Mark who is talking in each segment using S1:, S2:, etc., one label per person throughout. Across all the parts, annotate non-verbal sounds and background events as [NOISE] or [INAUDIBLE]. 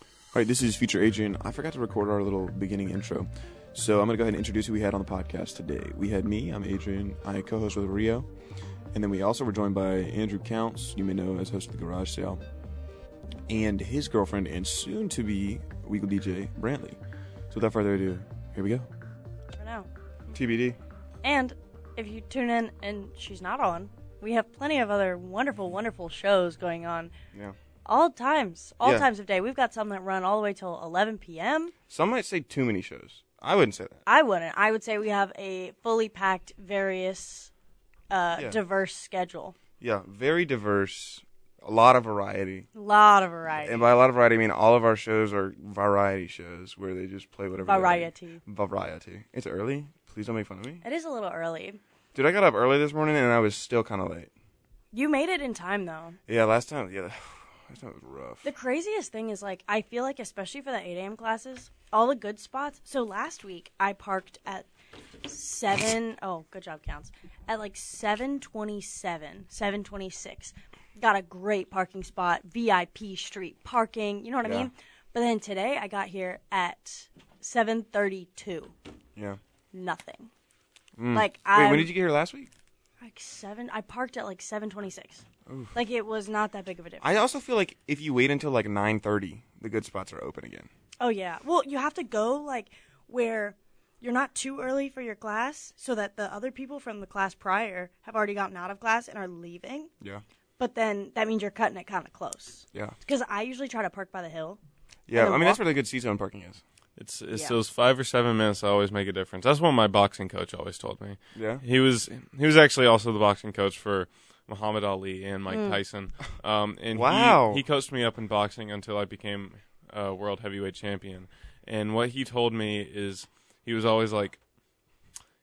S1: All right, this is Future Adrian. I forgot to record our little beginning intro. So I'm going to go ahead and introduce who we had on the podcast today. We had me, I'm Adrian, I co host with Rio. And then we also were joined by Andrew Counts, you may know as host of the Garage Sale, and his girlfriend and soon to be Weekly DJ, Brantley. So without further ado, here we go.
S2: Never know.
S1: TBD.
S2: And if you tune in and she's not on, we have plenty of other wonderful, wonderful shows going on
S1: Yeah.
S2: all times, all
S3: Yeah.
S2: times of day. We've got some that run all the way till 11 p.m.
S3: Some might say too many shows. I wouldn't say that.
S2: I wouldn't. I would say we have a fully packed, various, uh,
S3: Yeah.
S2: diverse schedule.
S3: Yeah, very diverse, a lot of variety.
S2: A lot of variety.
S3: And by a lot of variety, I mean all of our shows are variety shows where they just play whatever. they like.
S2: Variety.
S3: Variety. It's early. Please don't make fun of me.
S2: It is a little early.
S3: Dude, I got up early this morning and I was still kind of late.
S2: You made it in time, though.
S3: Yeah, last time. Yeah, [SIGHS] last time was rough.
S2: The craziest thing is like I feel like especially for the 8 a.m. classes, all the good spots. So last week I parked at seven oh good job counts at like 727 726 got a great parking spot vip street parking you know what i
S3: Yeah.
S2: mean but then today i got here at 732
S3: yeah.
S2: nothing like
S3: Mm. Wait,
S2: i
S3: when did you get here last week?
S2: like 7 i parked at like 726 like it was not that big of a difference
S3: I also feel like if you wait until like nine thirty, the good spots are open again.
S2: Oh yeah. Well, you have to go like where you're not too early for your class so that the other people from the class prior have already gotten out of class and are leaving.
S3: Yeah.
S2: But then that means you're cutting it kind of close.
S3: Yeah.
S2: Cuz I usually try to park by the hill.
S3: Yeah. I
S2: then
S3: mean, that's
S2: walk-
S3: where the good C-zone parking is.
S4: It's it's
S2: Yeah.
S4: those five or seven minutes that always make a difference. That's what my boxing coach always told me.
S3: Yeah.
S4: He was he was actually also the boxing coach for Muhammad Ali and Mike Tyson. Um, and he-
S3: Wow.
S4: he, coached me up in boxing until I became uh, world heavyweight champion. And what he told me is he was always like,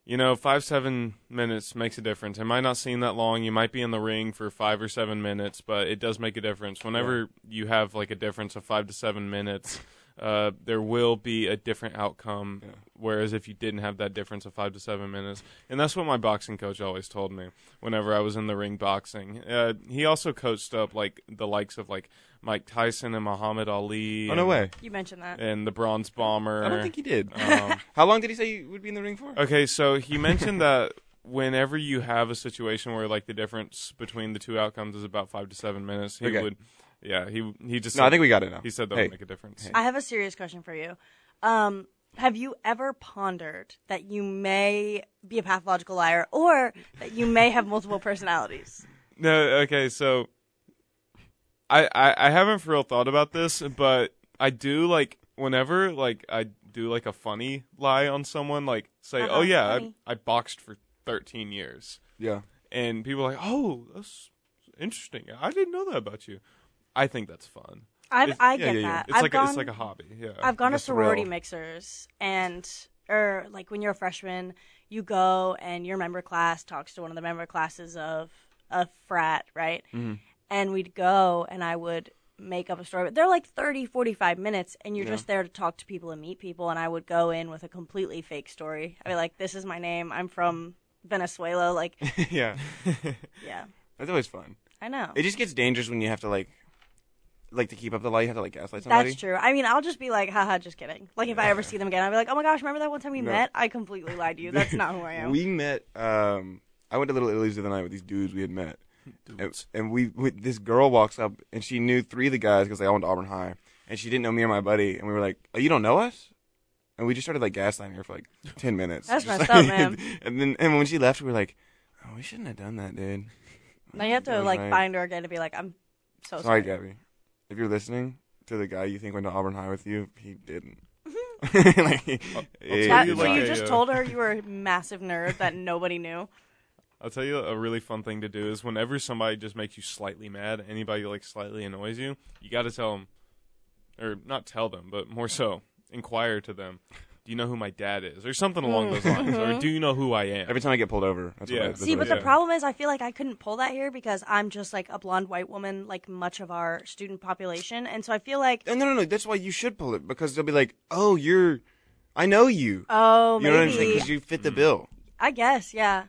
S4: you know, five seven minutes makes a difference. It might not seem that long. You might be in the ring for five or seven minutes, but it does make a difference. Whenever you have like a difference of five to seven minutes. Uh, there will be a different outcome. Whereas if you didn't have that difference of five to seven minutes, and that's what my boxing coach always told me whenever I was in the ring boxing. Uh, he also coached up like the likes of like Mike Tyson and Muhammad Ali.
S3: Oh no
S4: and-
S3: way.
S2: You mentioned that.
S4: And the Bronze Bomber.
S3: I don't think he did.
S4: Um,
S3: [LAUGHS] How long did he say you would be in the ring for?
S4: Okay, so he mentioned that whenever you have a situation where like the difference between the two outcomes is about five to seven minutes, he
S3: Okay.
S4: would, yeah, he he just.
S3: No, I
S4: said-
S3: think we got it now.
S4: He said that
S3: Hey.
S4: would make a difference.
S2: I have a serious question for you. Um have you ever pondered that you may be a pathological liar or that you may have multiple personalities?
S4: No, okay, so I, I I haven't for real thought about this, but I do like whenever like I do like a funny lie on someone, like say,
S2: Uh-huh,
S4: "Oh yeah,
S2: funny.
S4: I, I boxed for 13 years,"
S3: Yeah. [LAUGHS]
S4: and people are like, "Oh, that's interesting. I didn't know that about you." I think that's fun.
S2: I
S4: It's-
S2: I
S4: yeah,
S2: get
S4: yeah, yeah.
S2: that.
S4: It's
S2: I've
S4: like a,
S2: gone,
S4: it's like a hobby. Yeah,
S2: I've gone to
S3: the thrill.
S2: sorority mixers and or like when you're a freshman, you go and your member class talks to one of the member classes of a frat, right?
S3: Mm-hmm.
S2: And we'd go and I would make up a story. But they're like 30, 45 minutes and you're just there to talk to people and meet people and I would go in with a completely fake story. I'd be like, "This is my name. I'm from
S3: [LAUGHS]
S2: Venezuela." Like,
S4: [LAUGHS]
S3: yeah.
S2: yeah.
S3: That's always fun.
S2: I know.
S3: It just gets dangerous when you have to like, like to keep up the lie. You have to like gaslight somebody.
S2: That's true. I mean, I'll just be like, haha, just kidding. Like, if
S3: [LAUGHS]
S2: I ever see them again, I'll be like, oh my gosh, remember that one time we
S3: No.
S2: met? I completely lied to you. That's not
S3: [LAUGHS]
S2: who I am.
S3: We met. Um, I went to Little Italy's the other night with these dudes we had met, and, and we, we this girl walks up and she knew three of the guys because they all went to Auburn High, and she didn't know me or my buddy, and we were like, "Oh, you don't know us." And we just started like gaslighting her for [LAUGHS] like ten minutes.
S2: That's
S3: Just
S2: messed
S3: like-
S2: up, man.
S3: [LAUGHS] And then, and when she left, we were like, "Oh, we shouldn't have done that, dude."
S2: now you have to,
S3: That was
S2: like,
S3: right.
S2: find her again and be like, I'm so
S3: Sorry,
S2: sorry.
S3: Gabby. If you're listening to the guy you think went to Auburn High with you, he didn't. [LAUGHS]
S2: Mm-hmm.
S3: Like,
S4: tell
S2: That,
S4: You
S2: so
S4: like
S2: you
S4: a,
S2: just
S4: uh,
S2: told her you were a massive
S3: [LAUGHS]
S2: nerd that nobody knew.
S4: I'll tell you a really fun thing to do is whenever somebody just makes you slightly mad, anybody like slightly annoys you, you got to tell them, or not tell them, but more so inquire to them. Do you know who my dad is, or something along those
S2: Mm-hmm.
S4: lines, or do you know who I am?
S3: every time I get pulled over, that's what
S4: Yeah.
S3: I, that's
S2: See,
S3: what
S2: but
S3: I
S2: the
S4: yeah.
S3: do.
S2: problem is, I feel like I couldn't pull that here because I'm just like a blonde white woman, like much of our student population, and so I feel like,
S3: Oh, no, no, no. That's why you should pull it because they'll be like, "Oh, you're, I know you."
S2: oh,
S3: you know what I'm saying?
S2: maybe
S3: Because you fit the bill.
S2: I guess, yeah.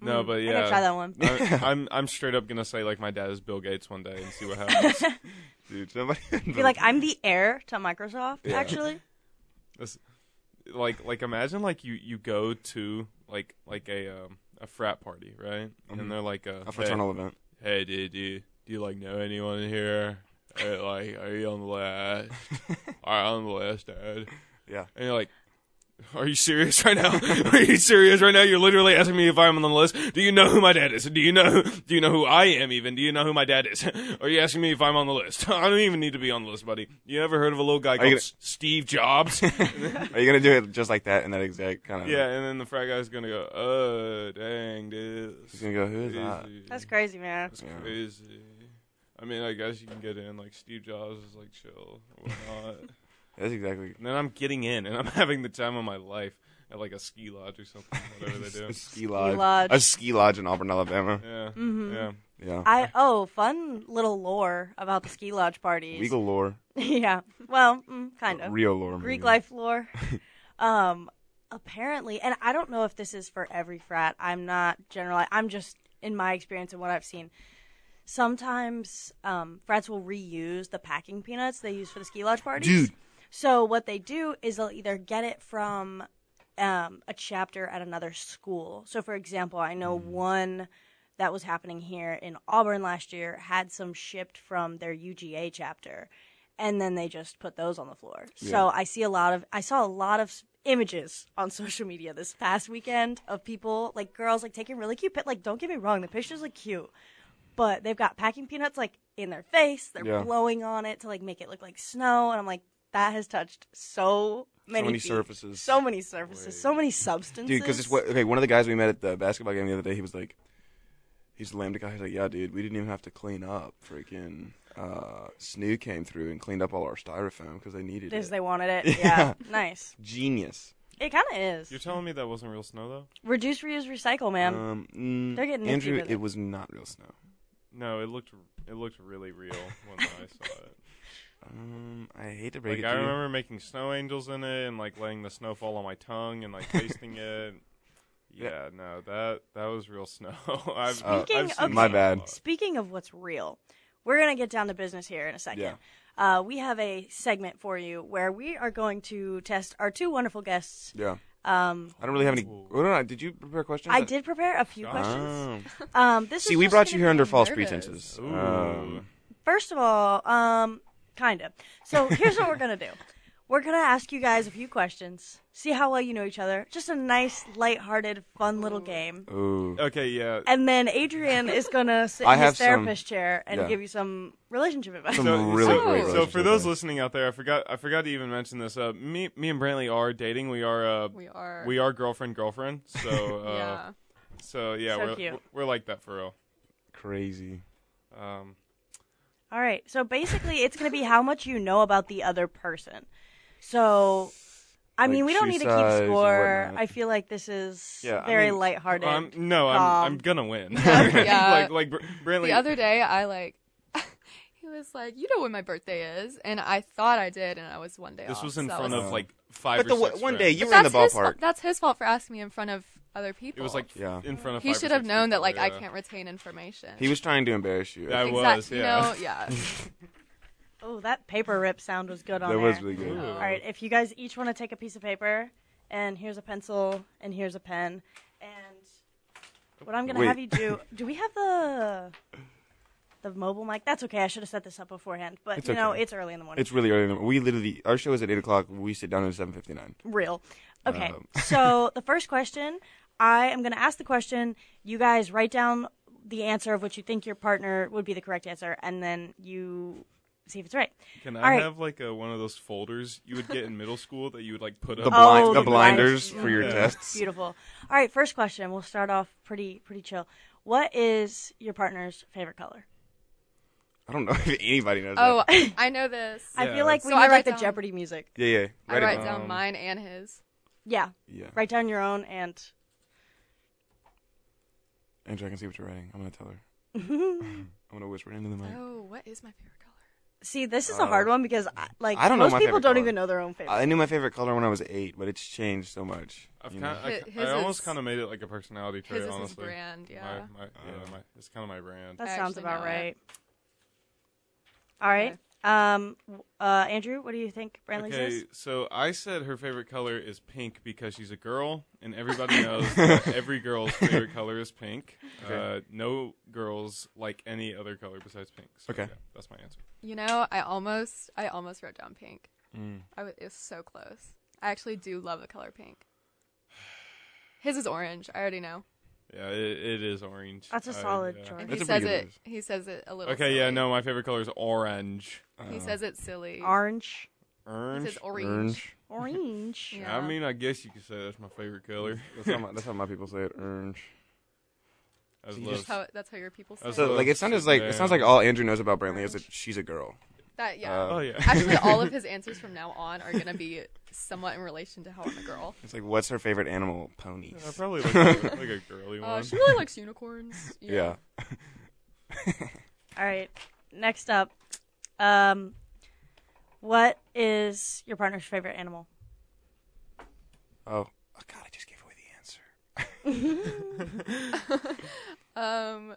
S4: No, but
S2: Mm-hmm. I
S4: yeah,
S2: gotta try that one.
S4: I'm, I'm I'm straight up gonna say like my dad is Bill Gates one day and see what happens.
S2: [LAUGHS]
S4: Mm-hmm.
S3: dude. Somebody
S2: Be like, I'm the heir to Microsoft. Actually,
S4: like like imagine like you you go to like like a um a frat party right
S3: Mm-hmm.
S4: and they're like uh, a,
S3: a fraternal event.
S4: hey, hey dude do you, do you like know anyone here hey, like are you on the list [LAUGHS] are you on the list dad
S3: Yeah.
S4: and you're like are you serious right now? [LAUGHS] Are you serious right now? You're literally asking me if I'm on the list. Do you know who my dad is? Do you know do you know who I am even? Do you know who my dad is? [LAUGHS] Are you asking me if I'm on the list? [LAUGHS] I don't even need to be on the list, buddy. You ever heard of a little guy called
S3: gonna-
S4: S-
S3: [LAUGHS]
S4: Steve
S3: [LAUGHS]
S4: Jobs? [LAUGHS]
S3: Are you gonna do it just like that in that exact kind of?
S4: Yeah, and then the frat guy's gonna go, oh, dang, dude.
S3: He's gonna go. Who is
S4: Crazy.
S3: that?
S2: that's crazy, man.
S4: That's crazy. I mean, I guess you can get in. Like, Steve Jobs is like, chill, [LAUGHS] or whatnot.
S3: That's exactly.
S4: and then I'm getting in, and I'm [LAUGHS] having the time of my life at like a ski lodge or something, whatever
S3: [LAUGHS]
S4: they [LAUGHS] do.
S3: A ski lodge.
S2: lodge.
S3: A ski lodge in Auburn, Alabama.
S4: Yeah. Yeah.
S3: Yeah.
S2: I oh, fun little lore about the ski lodge parties.
S3: Legal lore.
S2: [LAUGHS] yeah, well, mm, kind of.
S3: Real lore.
S2: Greek
S3: maybe.
S2: life lore. um, apparently, and I don't know if this is for every frat. I'm not general. I'm just in my experience and what I've seen. Sometimes um, frats will reuse the packing peanuts they use for the ski lodge parties.
S3: Dude.
S2: So what they do is they'll either get it from um, a chapter at another school. So for example, I
S3: Mm.
S2: know one that was happening here in Auburn last year had some shipped from their UGA chapter, and then they just put those on the floor. So I see a lot of I saw a lot of s- images on [LAUGHS] social media this past weekend of people like girls like taking really cute pic. Like don't get me wrong, the pictures look cute, but they've got packing peanuts like in their face. They're
S3: Yeah.
S2: blowing on it to like make it look like snow, and I'm like that has touched so many,
S3: many
S2: feet,
S3: surfaces.
S2: so many surfaces, so many substances.
S3: Dude, because it's what. Okay, one of the guys we met at the basketball game the other day, he was like, he's a lambda guy. He's like, yeah, dude, we didn't even have to clean up. Freaking uh, Snoo came through and cleaned up all our styrofoam because they needed
S2: Because
S3: it.
S2: they wanted
S3: [LAUGHS]
S2: it. Yeah. Nice.
S3: Genius.
S2: It kind of is.
S4: You're telling me that wasn't real snow, though?
S2: Reduce, reuse, recycle, man.
S3: Um, mm,
S2: They're getting nifty
S3: Andrew.
S2: with it.
S3: It was not real snow.
S4: No, it looked it looked really real when I saw [LAUGHS] it.
S3: Um, I hate to break
S4: Like
S3: it
S4: I
S3: to you.
S4: remember making snow angels in it and like letting the snow fall on my tongue and like tasting [LAUGHS] it. Yeah, no, that that was real snow. [LAUGHS] I've,
S2: Speaking
S4: I've seen
S2: of-
S4: that
S2: My
S4: a
S3: bad.
S4: lot.
S2: Speaking of what's real, we're going to get down to business here in a second.
S3: Yeah.
S2: Uh, we have a segment for you where we are going to test our two wonderful guests.
S3: Yeah.
S2: Um,
S3: I don't really have any. Well, no, no, did you prepare questions?
S2: I did prepare a few questions.
S3: Oh.
S2: Um, this
S3: See,
S2: is
S3: we
S2: just
S3: brought you
S2: gonna
S3: here
S2: be
S3: under false
S2: nervous.
S3: pretenses.
S4: Ooh.
S3: Um,
S2: First of all, um, kind of.
S3: [LAUGHS]
S2: So here's what we're gonna do. We're gonna ask you guys a few questions, see how well you know each other. Just a nice, lighthearted, fun
S3: Oh.
S2: little game.
S3: ooh.
S4: okay, yeah.
S2: And then Adrian is
S3: [LAUGHS]
S2: gonna sit
S3: I
S2: in his
S3: have some-
S2: therapist chair and
S3: yeah.
S2: give you some relationship advice.
S3: Some
S4: So-
S3: really
S4: so-
S3: great.
S2: Oh.
S4: So for
S3: relationship
S4: those
S3: advice.
S4: listening out there, I forgot I forgot to even mention this. Uh, me me and Brantley are dating. We are uh,
S5: We are.
S4: we are girlfriend
S5: [LAUGHS]
S4: girlfriend. So uh,
S5: Yeah.
S4: so yeah,
S2: So
S4: we're,
S2: cute.
S4: we're like that for real.
S3: crazy.
S4: Um,
S2: [LAUGHS] All right. So basically, it's going to be how much you know about the other person. So, I
S3: Like
S2: mean, we don't
S3: shoe
S2: need to
S3: size
S2: keep
S3: and
S2: score.
S3: whatnot.
S2: I feel like this is
S3: Yeah, I
S2: very
S3: mean,
S2: lighthearted.
S4: um, no,
S2: Calm.
S4: I'm I'm gonna win.
S5: [LAUGHS] Yeah.
S4: [LAUGHS] like like Br- Brantley.
S5: The other day, I like. [LAUGHS] he was like, "You know when my birthday is," and I thought I did, and I was one day.
S4: this
S5: off,
S4: was in
S5: so that
S4: front
S5: was-
S4: of like five.
S3: But
S4: or
S3: the
S4: six
S3: one one day
S4: friends.
S3: you were in the
S5: That's his
S3: ballpark.
S5: fault- that's his fault for asking me in front of other people.
S4: It was like
S3: Yeah.
S4: in front of.
S5: he
S4: five or
S5: should have
S4: six
S5: known that
S4: people,
S5: like I
S4: yeah.
S5: can't retain information.
S3: He was trying to embarrass you.
S4: Yeah, I
S5: Exact-
S4: was,
S5: you
S4: yeah.
S5: know, yeah.
S4: [LAUGHS]
S2: oh, that paper rip sound was good on
S3: that
S2: there.
S3: was really good.
S2: All right. If you guys each want to take a piece of paper, and here's a pencil, and here's a pen, and what I'm going to
S3: Wait.
S2: have you do? Do we have the the mobile mic? That's okay. I should have set this up beforehand, but
S3: It's
S2: you know,
S3: okay.
S2: it's early in the morning.
S3: It's really early. in the- We literally our show is at eight o'clock. We sit down at seven fifty nine.
S2: real. Okay.
S3: Um. [LAUGHS]
S2: so the first question, I am going to ask the question. You guys write down the answer of what you think your partner would be the correct answer, and then you see if it's right.
S4: Can
S2: All
S4: I
S2: right.
S4: have like a, one of those folders you would get in middle school that you would like put
S3: The
S4: up?
S2: Oh,
S3: blind, the
S2: the
S3: blinders
S2: blinders.
S3: for your
S4: Yeah.
S3: tests.
S2: Beautiful. All right. First question. We'll start off pretty pretty chill. What is your partner's favorite color?
S3: I don't know [LAUGHS] if anybody knows.
S5: Oh,
S3: that.
S5: [LAUGHS] I know this.
S2: I feel like
S5: So
S2: we
S5: I
S2: need like
S5: write
S2: the
S5: down-
S2: Jeopardy music.
S3: yeah, yeah.
S5: I
S3: it
S5: write
S3: down.
S5: down
S4: down.
S5: mine and his.
S2: Yeah.
S3: Yeah,
S2: Write down your own and
S5: [LAUGHS]
S3: Andrew, I can see what you're writing. I'm gonna tell her. I'm gonna whisper into the mic.
S5: Oh, what is my favorite color?
S2: See, this is a hard one because I, like
S3: Uh, I don't know
S2: most
S3: my
S2: people
S3: favorite
S2: don't
S3: color.
S2: even know their own favorite.
S3: I knew my favorite color when I was eight, but it's changed so much.
S4: I've
S3: you
S4: kind
S3: know?
S4: of, I,
S5: Hi- his
S4: I almost
S5: is-
S4: kind of made it like a personality trait,
S5: His is his
S4: honestly.
S5: brand, yeah.
S4: My, my, yeah, my, it's kind of my brand.
S2: that
S5: I
S2: sounds
S5: actually
S2: about
S5: know it.
S2: right. All right, um, w- uh, Andrew, what do you think Brantley's
S4: Okay,
S2: is?
S4: so I said her favorite color is pink because she's a girl,
S2: [LAUGHS]
S4: and everybody knows that every girl's favorite color is pink. Uh, no girls like any other color besides pink. So,
S3: Okay.
S4: yeah, that's my answer.
S5: You know, I almost, I almost wrote down pink.
S4: Mm.
S5: I was, it was so close. I actually do love the color pink. [SIGHS] His is orange. I already know.
S4: Yeah, it, it is orange.
S2: That's a
S4: I-
S2: solid
S4: yeah.
S2: choice.
S5: And
S3: That's
S5: he
S3: a pretty
S5: says
S3: good
S5: it.
S3: answer.
S5: He says it a little.
S4: Okay, yeah,
S5: silly.
S4: no, my favorite color is orange.
S3: Uh,
S5: He says it silly.
S2: Orange,
S5: He
S4: Orange.
S5: says orange. [LAUGHS]
S2: orange.
S5: Yeah.
S4: I mean, I guess you could say that's my favorite color.
S3: That's
S4: [LAUGHS]
S3: how, my, that's how my people say it. Orange.
S4: I
S3: So you
S4: love
S5: That's how that's how your people say
S4: That's
S5: it.
S3: So like it sounds like it sounds like all Andrew knows about Brantley is that she's a girl.
S5: that. Yeah.
S3: uh,
S4: Oh yeah.
S5: [LAUGHS]
S4: [LAUGHS]
S5: Actually, all of his answers from now on are gonna be somewhat in relation to how I'm a girl.
S3: It's like what's her favorite animal? Ponies.
S4: I probably like, a- like a girly
S2: Oh,
S5: Uh,
S4: one.
S5: she really likes unicorns.
S4: [LAUGHS]
S3: yeah.
S2: All right. Next up, um, what is your partner's favorite animal?
S3: Oh. oh God, I just gave away the answer.
S5: Um.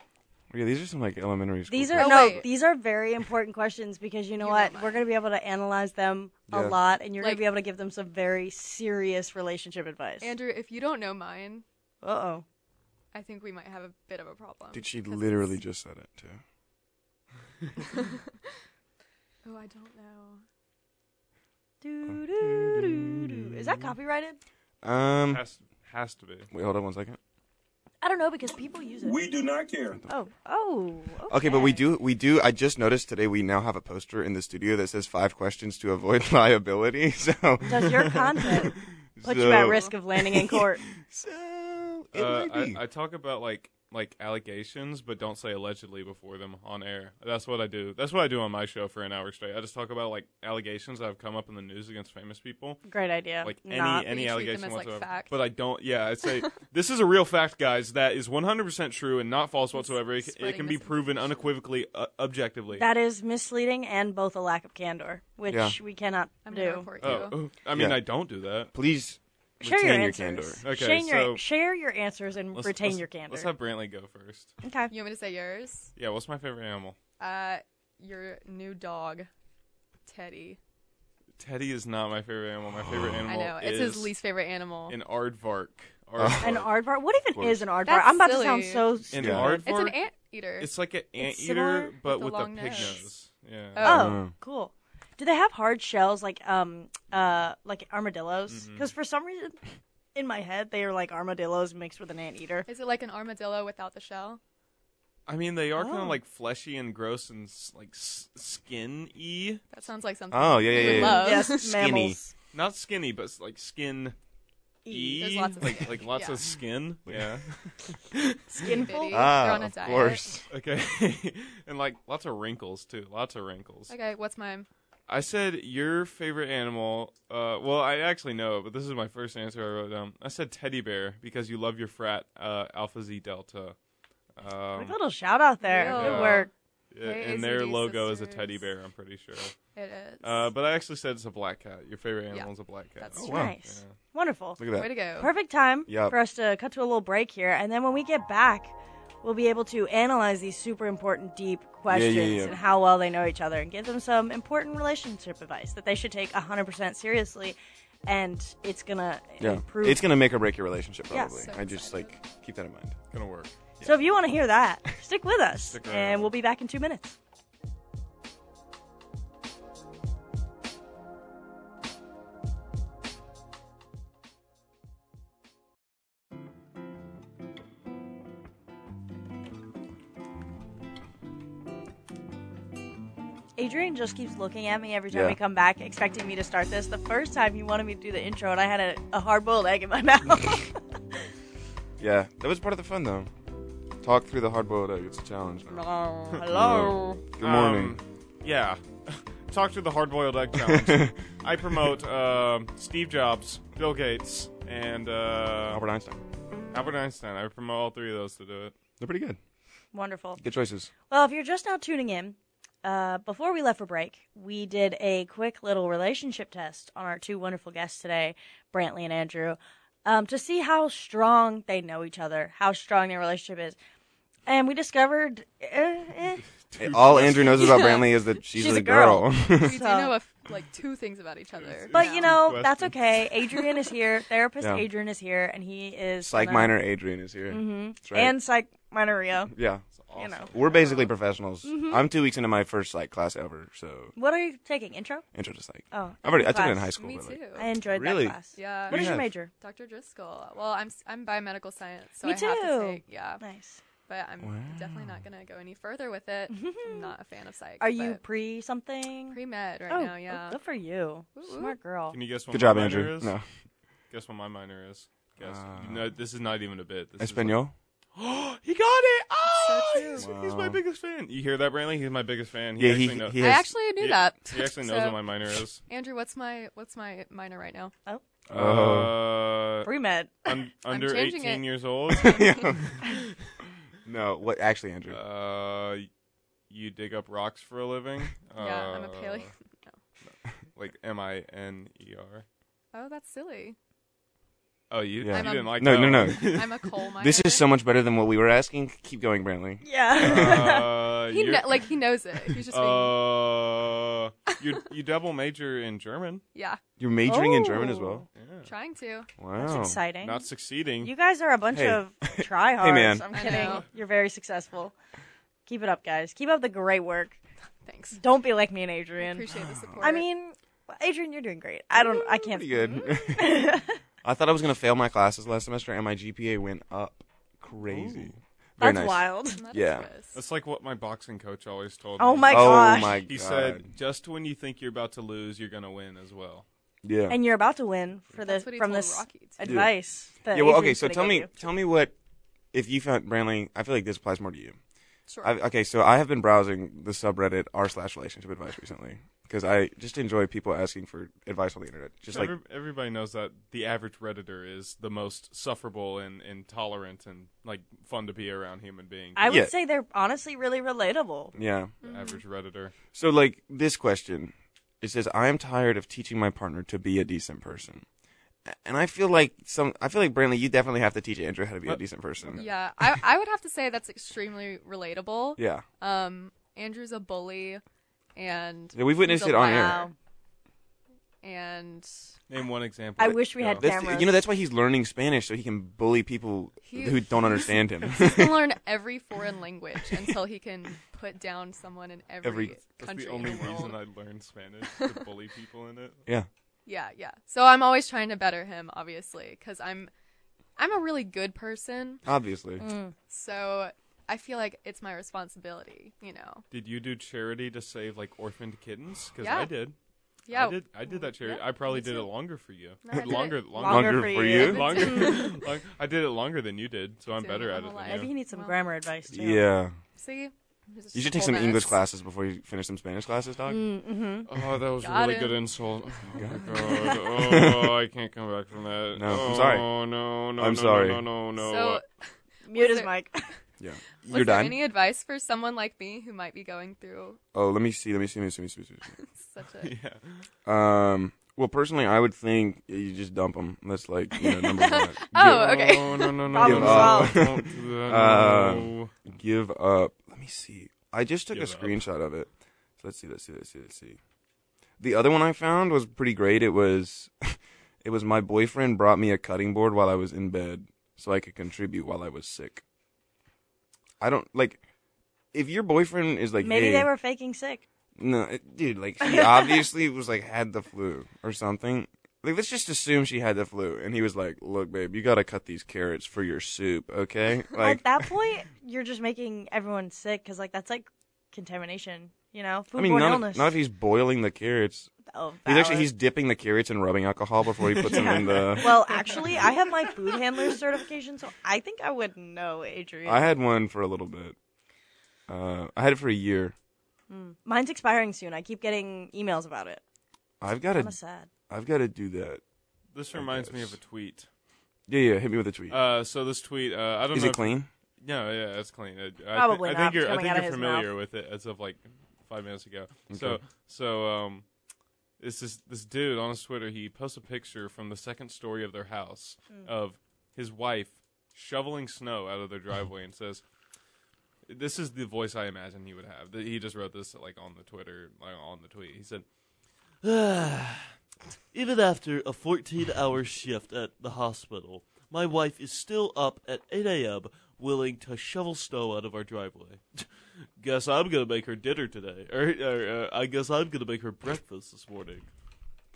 S3: Yeah, these are some like elementary school.
S2: These are
S3: questions.
S5: Oh,
S2: no,
S5: wait.
S2: these are very important questions because you know
S5: You
S2: what?
S5: know
S2: We're
S5: mine.
S2: going to be able to analyze them a
S3: Yeah.
S2: lot, and you're going
S5: Like-
S2: to be able to give them some very serious relationship advice.
S5: Andrew, if you don't know mine,
S2: uh oh,
S5: I think we might have a bit of a problem.
S3: Dude, she
S5: 'Cause
S3: literally just said it too.
S5: it's- Oh, I don't know.
S2: is that copyrighted?
S3: Um,
S4: has, has to be.
S3: wait, hold on one second.
S2: I don't know because people use it.
S6: We do not care.
S2: oh, oh. Okay,
S3: Okay, but we do, we do. I just noticed today we now have a poster in the studio that says five questions to avoid [LAUGHS] liability. So,
S2: Does
S3: [LAUGHS]
S2: your content put you
S3: So-
S2: at risk of landing in court?
S3: So it
S4: Uh,
S3: might
S4: I,
S3: be.
S4: I talk about like like allegations, but don't say allegedly before them on air. That's what I do. That's what I do on my show for an hour straight. I just talk about like allegations that have come up in the news against famous people,
S2: Great idea.
S4: like
S2: Not-
S4: any any
S5: you treat them
S4: allegation
S5: as, like,
S4: whatsoever.
S5: fact.
S4: But I don't. Yeah, I
S5: [LAUGHS]
S4: say this is a real fact, guys. That is 100 percent true and not false whatsoever. It, it
S5: spreading
S4: can be proven
S5: misinformation.
S4: unequivocally, uh, objectively.
S2: That is misleading and both a lack of candor, which
S3: Yeah.
S2: we cannot
S5: I'm gonna
S2: do.
S5: report you.
S4: oh, oh, I mean,
S3: Yeah.
S4: I don't do that.
S3: Please
S2: Share your
S3: retain your
S2: answers.
S3: candor.
S4: Okay,
S2: share, your,
S4: so-
S2: share your answers and
S4: Let's-
S2: retain
S4: let's-
S2: your candor.
S4: Let's have Brantley go first.
S2: okay.
S5: [LAUGHS] You want me to say yours?
S4: Yeah, what's my favorite animal?
S5: Uh, your new dog, Teddy.
S4: Teddy is not my favorite animal. My favorite
S5: [GASPS] I
S4: animal
S5: know it's
S4: is
S5: his least favorite animal.
S4: an aardvark.
S2: An aardvark? What even is an aardvark?
S5: That's
S2: I'm about
S5: silly.
S2: to sound so.
S4: An
S3: Yeah.
S4: aardvark.
S5: it's an ant eater.
S4: It's like an
S2: It's
S4: anteater,
S2: similar
S4: but
S5: with a
S4: with a
S5: long
S4: pig
S5: nose.
S4: nose. Yeah.
S5: Oh.
S2: Oh,
S3: Mm.
S2: cool. Do they have hard shells like um uh like armadillos? Because for some reason, in my head, they are like armadillos mixed with an anteater.
S5: Is it like an armadillo without the shell?
S4: I mean, they are kind
S2: Oh.
S4: of like fleshy and gross and s- like s- skin-y.
S5: That sounds like something.
S3: Oh yeah,
S5: you
S3: yeah, yeah.
S5: would
S3: yeah.
S5: love. [LAUGHS]
S2: Yes,
S3: Skinny.
S2: mammals.
S4: Not skinny, but s- like skin.
S2: eat.
S5: E. There's lots of
S4: like
S5: skin.
S4: like lots
S5: Yeah.
S4: of skin. Yeah. [LAUGHS]
S5: Bitty.
S2: Skinful.
S5: They're on
S3: Ah,
S5: a
S3: of
S5: diet.
S3: course.
S4: okay. [LAUGHS] and like lots of wrinkles too. Lots of wrinkles.
S5: Okay, what's mine?
S4: I said your favorite animal. Uh, well, I actually know, it, but this is my first answer I wrote down. I said teddy bear because you love your frat uh, Alpha Z Delta. Um,
S2: Like a little shout out there.
S5: Yeah.
S2: Good work.
S4: yeah,
S5: Hey,
S4: and their
S5: AZD
S4: logo is a
S5: sisters.
S4: teddy bear. I'm pretty sure.
S5: It is.
S4: Uh, but I actually said it's a black cat. Your favorite animal
S5: Yeah,
S4: is a black cat.
S5: that's
S3: Oh,
S5: true.
S3: wow.
S2: Nice. Wonderful.
S3: Look at
S5: Way to
S3: that.
S5: go.
S2: Perfect time
S3: Yep.
S2: for us to cut to a little break here, and then when we get back, we'll be able to analyze these super important, deep questions
S3: yeah.
S2: and how well they know each other, and give them some important relationship advice that they should take 100% seriously, and it's gonna
S3: Yeah,
S2: improve.
S3: it's gonna make or break your relationship probably.
S5: So
S3: I just
S5: excited.
S3: like keep that in mind.
S4: Gonna work.
S2: so if you want to hear that, [LAUGHS] stick with us,
S4: around.
S2: and we'll be back in two minutes. Adrian just keeps looking at me every time
S3: Yeah.
S2: we come back, expecting me to start this. The first time he wanted me to do the intro, and I had a, a hard boiled egg in my [LAUGHS] mouth.
S3: Yeah, that was part of the fun though. Talk through the hard-boiled egg. It's a challenge. now.
S5: Oh.
S2: Hello.
S3: Good morning.
S4: yeah. [LAUGHS] Talk to the hard boiled
S3: [LAUGHS]
S4: egg challenge. I promote um Steve Jobs, Bill Gates, and uh,
S3: Albert Einstein.
S4: Albert Einstein. I promote all three of those to do it.
S3: They're pretty good.
S2: Wonderful.
S3: Good choices.
S2: Well, if you're just now tuning in, uh, before we left for break, we did a quick little relationship test on our two wonderful guests today, Brantley and Andrew, um, to see how strong they know each other, how strong their relationship is. And we discovered, eh, eh,
S3: All Andrew knows about Brantley is that she's,
S2: She's
S3: a
S2: a girl.
S3: girl. [LAUGHS]
S5: We do
S2: So-
S5: know of, like two things about each other.
S2: but
S5: now.
S2: you know
S4: Good
S2: that's
S4: question.
S2: okay. Adrian is here, [LAUGHS] therapist
S3: Yeah.
S2: Adrian is here, and he is
S3: Psych minor Adrian is here.
S2: hmm
S3: That's right.
S2: and psych minor Rio.
S3: yeah,
S2: You know,
S3: we're basically professionals.
S2: Mm-hmm.
S3: I'm two weeks into my first psych class ever, so
S2: what are you taking? Intro?
S3: intro to psych.
S2: Oh,
S3: I've already I
S2: good
S3: took it in
S2: class.
S3: high school.
S5: Me
S3: but, like,
S5: too.
S2: I enjoyed
S3: Really?
S2: that class.
S5: yeah.
S2: What is
S3: You
S2: your
S3: have-
S2: major?
S5: Dr. Driscoll. Well, I'm s- I'm biomedical science, so
S2: Me
S5: I have to
S2: too.
S5: take yeah.
S2: Nice.
S5: But I'm
S3: Wow.
S5: definitely not gonna go any further with it.
S2: [LAUGHS]
S5: I'm not a fan of psych.
S2: Are you
S5: but
S2: pre something?
S5: pre-med right
S2: oh,
S5: now? Yeah.
S2: Good for you,
S5: Woo, woo.
S2: smart girl.
S4: Can you guess what
S3: Good job,
S4: my minor
S3: Andrew.
S4: is?
S3: No,
S4: Guess what my minor is. Guess.
S3: Uh,
S4: no, this is not even a bit. This is like-
S3: Espanol.
S4: [GASPS] he got it! Oh,
S5: so
S4: he's,
S3: true.
S4: he's my
S3: Wow.
S4: biggest fan. You hear that, Brantley? He's my biggest fan. He
S3: Yeah,
S4: actually
S3: he
S4: knows.
S3: he
S5: I
S3: has.
S5: actually knew
S4: he,
S5: that.
S4: he actually knows
S5: [LAUGHS] So,
S4: what my minor is.
S5: Andrew, what's my what's my minor right now?
S3: Oh.
S5: [LAUGHS]
S4: Uh,
S2: Pre med.
S4: un- under
S5: changing
S4: 18
S5: it. [LAUGHS]
S4: years old.
S3: [LAUGHS]
S4: [LAUGHS]
S3: Yeah. no, what actually, Andrew?
S4: uh, you dig up rocks for a living.
S5: [LAUGHS] yeah, I'm a
S4: Uh,
S5: paleo. [LAUGHS]
S4: Like M I N E R.
S5: Oh, that's
S4: [LAUGHS]
S5: silly.
S4: Oh, you,
S3: Yeah.
S4: you
S5: I'm a-
S4: didn't like
S3: No,
S4: that.
S3: no,
S4: one. [LAUGHS]
S5: I'm a [LAUGHS] coal miner.
S3: this is so much better than what we were asking. Keep going, Brantley.
S2: [LAUGHS] Yeah.
S4: uh,
S5: he
S4: you're-
S5: kn- like he knows it. He's just being,
S4: Uh, you you double major in German.
S5: yeah,
S3: You're majoring in German as
S2: Oh.
S3: well.
S4: Yeah.
S5: trying to.
S3: Wow.
S2: That's exciting.
S4: Not succeeding.
S2: you guys are a
S3: [LAUGHS]
S2: bunch
S3: Hey.
S2: of tryhards.
S3: man.
S2: I'm
S5: I
S2: kidding.
S5: know.
S2: You're very successful. Keep it up, guys. Keep up the great work.
S5: Thanks.
S2: Don't be like me and
S5: I
S2: Adrian.
S5: Appreciate the support.
S2: I mean, Adrian, you're doing great. I don't. I can't.
S3: Pretty
S2: [LAUGHS]
S3: good.
S2: Mm-hmm.
S3: [LAUGHS] I thought I was gonna fail my classes last semester, and my GPA went up crazy. Very
S2: That's
S3: nice.
S2: wild.
S5: That
S3: yeah.
S5: is gross.
S4: That's like what my boxing coach always told
S2: Oh
S4: me.
S2: my
S3: oh
S2: gosh.
S3: my god.
S4: He said, "Just when you think you're about to lose, you're gonna win as well."
S3: "Yeah."
S2: And you're about to win for
S5: That's
S2: this
S5: what he
S2: from
S5: told
S2: this
S5: Rocky, too.
S2: advice.
S5: [LAUGHS]
S2: that
S3: yeah. Well, okay.
S2: Adrian's
S3: So
S2: gonna
S3: tell
S2: give
S3: me,
S2: you.
S3: tell me what if you found Brantley. I feel like this applies more to you.
S5: Sure.
S3: I, okay, so I have been browsing the subreddit r slash relationship advice recently because I just enjoy people asking for advice on the internet. Just like
S4: Every- everybody knows that the average redditor is the most sufferable and intolerant and like fun to be around human being.
S2: I would
S3: Yeah.
S2: say they're honestly really relatable.
S3: yeah.
S4: the average redditor.
S3: So like this question, it says I am tired of teaching my partner to be a decent person, A- and I feel like some. I feel like Brantley, you definitely have to teach Andrew how to be a
S4: What?
S3: decent person.
S5: yeah, I I would have to say that's extremely relatable.
S3: Yeah.
S5: Um, Andrew's a bully, and
S3: Yeah, we've witnessed
S5: he's a
S3: it on
S5: liar.
S2: Um,
S3: air.
S5: And
S4: Name one example.
S2: I wish we had
S4: Go.
S3: That's,
S2: cameras.
S3: you know, that's why he's learning Spanish so he can bully people
S5: He-
S3: who
S5: [LAUGHS]
S3: don't understand him. [LAUGHS]
S5: he can learn every foreign language until he can put down someone in every,
S3: Every-
S4: That's
S5: country
S4: the
S5: [LAUGHS]
S4: only
S5: in the world.
S4: reason I learned Spanish
S5: [LAUGHS]
S4: to bully people in it.
S3: yeah.
S5: Yeah, yeah. So I'm always trying to better him, obviously, because I'm I'm a really good person.
S3: Obviously.
S5: Mm. So I feel like it's my responsibility, you know.
S4: Did you do charity to save like orphaned kittens? Because
S5: Yeah.
S4: I did.
S5: Yeah.
S4: I did. I did that charity.
S5: yeah,
S4: I probably
S5: me
S4: did
S5: too.
S4: it longer for you.
S5: No, I did it
S4: longer, longer,
S2: longer,
S3: Longer
S2: for
S3: for
S2: you.
S3: you?
S4: [LAUGHS] longer. long- I did it longer than you did, so I'm
S5: Doing
S4: better
S5: it
S4: at
S5: my
S4: it
S5: whole
S4: than
S5: life.
S2: Maybe
S4: [LAUGHS] you.
S2: you need some
S5: Well,
S2: grammar advice too.
S3: Yeah.
S5: See, It's Mm.
S3: You
S5: just
S3: should
S5: a
S3: take some
S5: whole
S3: English
S5: mess.
S3: classes before you finish some Spanish classes, dog.
S2: Mm-hmm.
S4: Oh, that was a
S5: Got
S4: really
S5: him.
S4: good insult. Oh, my God. Oh, I can't come back from that.
S3: No, I'm
S4: oh,
S3: sorry.
S4: no, no,
S3: I'm
S4: no,
S3: sorry.
S4: No, no, no.
S5: So,
S4: Uh,
S2: Mute
S5: Was
S2: his
S5: there-
S2: mic.
S3: Yeah.
S5: was
S3: You're
S5: there
S3: done.
S5: any advice for someone like me who might be going through [LAUGHS]
S3: oh, let me see. Let me see. Let me see. Let me see. Let me
S4: [LAUGHS]
S5: such a?
S4: [LAUGHS] yeah.
S3: see. um. Well, personally, I would think you just dump them. That's like you know, number one.
S5: [LAUGHS] Oh, okay.
S4: No, no, no, no.
S2: Problem
S4: no,
S2: solved.
S4: no, don't do
S3: [LAUGHS]
S4: that,
S3: Uh,
S4: no.
S3: Give up. Let me see. I just took
S4: Give
S3: a
S4: up.
S3: screenshot of it. So let's see. Let's see. Let's see. Let's see. The other one I found was pretty great. It was, [LAUGHS] it was my boyfriend brought me a cutting board while I was in bed, so I could contribute while I was sick. I don't like. If your boyfriend is like,
S2: Maybe
S3: hey,
S2: they were faking sick.
S3: No, it, dude, like he obviously was like had the flu or something. Like let's just assume she had the flu, and he was like, "Look, babe, you gotta cut these carrots for your soup, okay?" Like,
S2: At that point, you're just making everyone sick because like that's like contamination. You know, foodborne
S3: I mean, not
S2: illness.
S3: if, not if he's boiling the carrots.
S2: oh,
S3: He's actually
S2: valid.
S3: he's dipping the carrots in rubbing alcohol before he puts them in the.
S2: Well, actually, I have my food handler certification, so I think I would know, Adrian.
S3: I had one for a little bit. Uh, I had it for a year.
S2: Mm. Mine's expiring soon. I keep getting emails about it.
S3: I've got
S2: Kind
S3: to,
S2: of sad.
S3: I've got to do that.
S4: This reminds me
S3: guess.
S4: of a tweet.
S3: Yeah, yeah. Hit me with a tweet.
S4: Uh, so this tweet, uh, I don't
S3: Is
S4: know.
S3: it
S4: if-
S3: clean?
S4: No, yeah, that's clean. I, I thi-
S2: Probably
S4: I
S2: not,
S4: think you're, I
S2: coming
S4: think
S2: out of
S4: you're
S2: his mouth.
S4: familiar with it as of like five minutes ago. So so um, it's this this dude on his Twitter. He posts a picture from the second story of their house
S2: Hmm.
S4: of his wife shoveling snow out of their driveway and says. This is the voice I imagine he would have. He just wrote this like on the Twitter, like on the tweet. He said,
S6: [SIGHS] Even after a 14 hour shift at the hospital, my wife is still up at 8 a.m. willing to shovel snow out of our driveway. [LAUGHS] guess I'm going to make her dinner today. Or, or uh, I guess I'm going to make her breakfast this morning.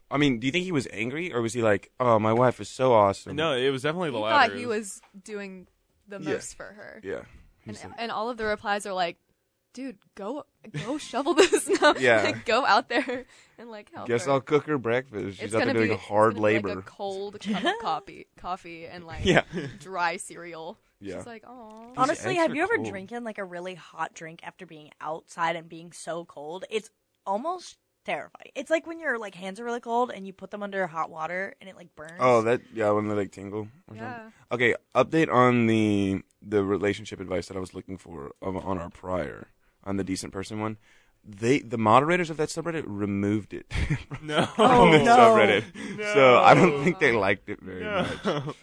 S3: I mean, do you think he was angry or was he like, "Oh, my wife is so awesome"?
S4: "No, it was definitely the
S5: He
S4: latter."
S5: thought he was doing the most for her.
S3: Yeah.
S5: And, and all of the replies are like, dude, go go [LAUGHS] shovel this now.
S3: Yeah.
S5: go out there and like help.
S3: Guess
S5: her.
S3: I'll cook her breakfast. She's
S5: Oh, It's
S3: out
S5: gonna
S3: there doing
S5: be
S3: hard
S5: it's gonna be
S3: labor.
S5: like a
S2: [LAUGHS]
S5: cold cup of coffee, coffee and like
S3: yeah.
S5: dry cereal.
S3: Yeah.
S5: She's like, oh,
S2: Honestly,
S3: eggs
S2: have
S3: are
S2: you ever
S3: cold.
S2: drinking like a really hot drink after being outside and being so cold? It's almost terrifying. It's like when your like hands are really cold and you put them under hot water and it like burns.
S3: Oh, that yeah, when they like tingle. or something.
S5: yeah.
S3: Okay, update on the the relationship advice that I was looking for of, on our prior on the decent person one. They the moderators of that subreddit removed it [LAUGHS] from
S2: [LAUGHS]
S4: [LAUGHS] no, [LAUGHS]
S3: the
S2: no.
S3: subreddit, so I don't think they
S5: No.
S3: liked it very much.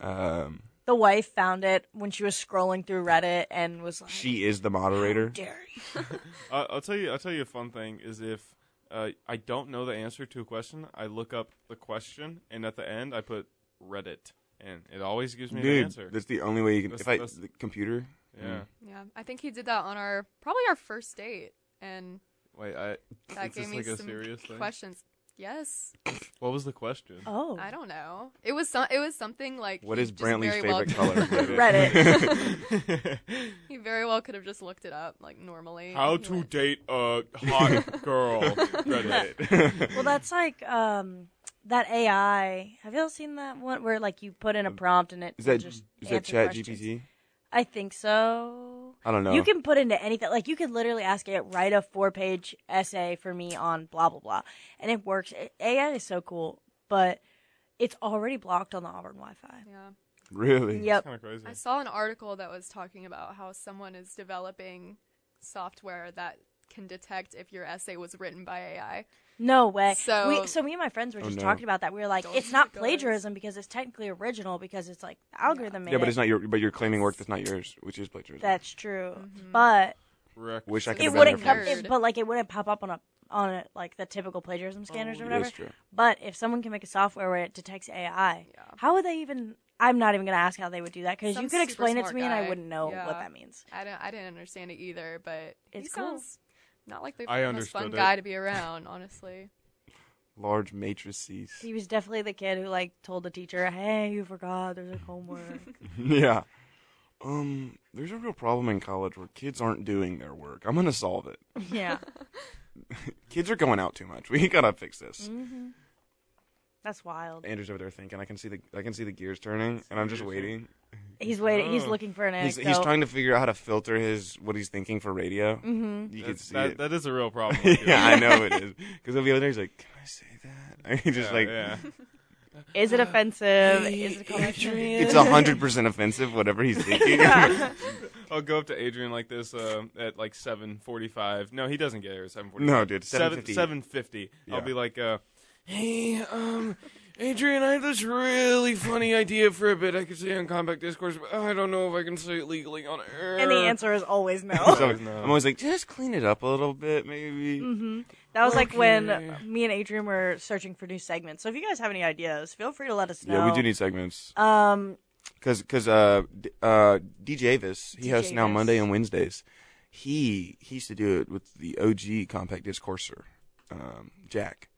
S3: Um,
S2: The wife found it when she was scrolling through Reddit and was like,
S3: she is the moderator.
S2: "Dare you?"
S4: I- I'll tell you. I'll tell you a fun thing is if uh, I don't know the answer to a question, I look up the question, and at the end I put Reddit, and it always gives me the
S3: Dude,
S4: answer.
S3: that's the only way you can.
S4: That's-
S3: if I
S4: that's-
S3: the computer,
S4: yeah.
S5: Yeah. I think he did that on our probably our first date and
S4: Wait, I.
S5: that
S4: Is
S5: gave
S4: this
S5: me
S4: like a
S5: some
S4: serious thing?
S5: questions. Yes.
S4: What was the question? [LAUGHS]
S2: Oh,
S5: I don't know. It was some, it was something like
S3: what
S5: he
S3: is
S5: just
S3: Brantley's
S5: very
S3: favorite
S5: well
S3: color?
S5: [LAUGHS]
S3: [LAUGHS]
S2: Reddit.
S5: He very well could have just looked it up like normally.
S4: [LAUGHS] How
S5: and he
S4: to
S5: went-
S4: date a
S5: [LAUGHS]
S4: hot girl? Reddit.
S2: well, that's like um that AI. Have y'all seen that one where like you put in a prompt and it
S3: Is
S2: will
S3: that
S2: just
S3: is that
S2: answer
S3: Chat
S2: questions?
S3: GPT?
S2: I think so.
S3: I don't know.
S2: You can put into anything. Like you could literally ask it write a four page essay for me on blah blah blah, and it works. A- AI is so cool, but it's already blocked on the Auburn Wi-Fi.
S5: Yeah.
S3: really.
S2: Yep.
S4: kind of crazy.
S5: I saw an article that was talking about how someone is developing software that can detect if your essay was written by AI.
S2: No way.
S5: So-
S2: we, so me and my friends were
S3: Oh,
S2: just
S3: no.
S2: talking about that. We were like,
S5: Don't
S2: it's
S5: think
S2: not
S5: it does.
S2: plagiarism because it's technically original because it's like the algorithm. made
S3: Yeah, but
S2: it.
S3: it's not your. But you're claiming work that's not yours, which is plagiarism.
S2: That's true,
S5: Mm-hmm.
S2: but
S4: Rex-
S3: Wish I could
S2: it
S3: have
S5: been
S2: wouldn't
S5: a
S2: come.
S5: nerd.
S2: It, but like it wouldn't pop up on a on a, like the typical
S5: Oh,
S2: plagiarism scanners or
S3: It
S2: whatever.
S3: is true.
S2: But if someone can make a software where it detects AI,
S5: Yeah.
S2: how would they even? I'm not even going to ask how they would do that because
S5: Some
S2: you could
S5: super
S2: explain it to
S5: smart
S2: me and I
S5: guy.
S2: wouldn't know
S5: Yeah.
S2: what that means.
S5: I don't I didn't understand it either, but he
S2: It's cool.
S5: sounds not like the
S4: I
S5: most fun
S4: understood it.
S5: guy to be
S2: [LAUGHS]
S5: around, honestly.
S3: Large matrices.
S2: He was definitely the kid who like told the teacher, "Hey, you forgot. There's like homework."
S3: [LAUGHS]
S5: [LAUGHS]
S3: yeah. Um, there's a real problem in college where kids aren't doing their work. I'm gonna solve it.
S2: yeah,
S3: Kids are going out too much. [LAUGHS] We gotta fix this.
S2: Mm-hmm. that's wild.
S3: Andrew's over there thinking. I can see the I can see the gears turning, and I'm just waiting.
S2: He's waiting. He's
S4: Oh.
S2: looking for an
S3: He's
S2: anecdote.
S3: he's trying to figure out how to filter his what he's thinking for radio. Mm-hmm. You can
S4: That's-
S3: see
S4: that,
S3: it. [LAUGHS]
S4: that is a real problem.
S3: yeah, I know it is. Because he'll be over there. He's like, "Can I say that?" [LAUGHS] I mean, just
S4: Yeah,
S3: like
S4: yeah.
S2: Is it offensive? Is it controversial?
S3: it's hundred percent offensive. Whatever
S2: [LAUGHS]
S3: he's thinking.
S4: I'll go up to Adrian like this uh, at like seven forty-five. No, he doesn't get here at seven
S3: [LAUGHS]
S4: forty-five.
S3: No, dude, 7:50.
S4: Seven fifty.
S3: Yeah.
S4: I'll be like, uh, hey, um, Adrian, I have this really funny idea for a bit I could say on Compact Discourse, but I don't know if I can say it legally on air.
S2: And the answer is always
S3: [LAUGHS]
S2: no.
S3: So
S4: No.
S3: I'm always like, just clean it up a little bit, maybe.
S2: That was like when
S4: Okay.
S2: me and Adrian were searching for new segments. So if you guys have any ideas, feel free to let us know.
S3: Yeah, we do need segments.
S2: Um,
S3: because because uh, D- uh, DJ Avis, he
S2: DJ
S3: hosts now
S2: Avis.
S3: Monday and Wednesdays. He he used to do it with the OG Compact Discourser, um, Jack,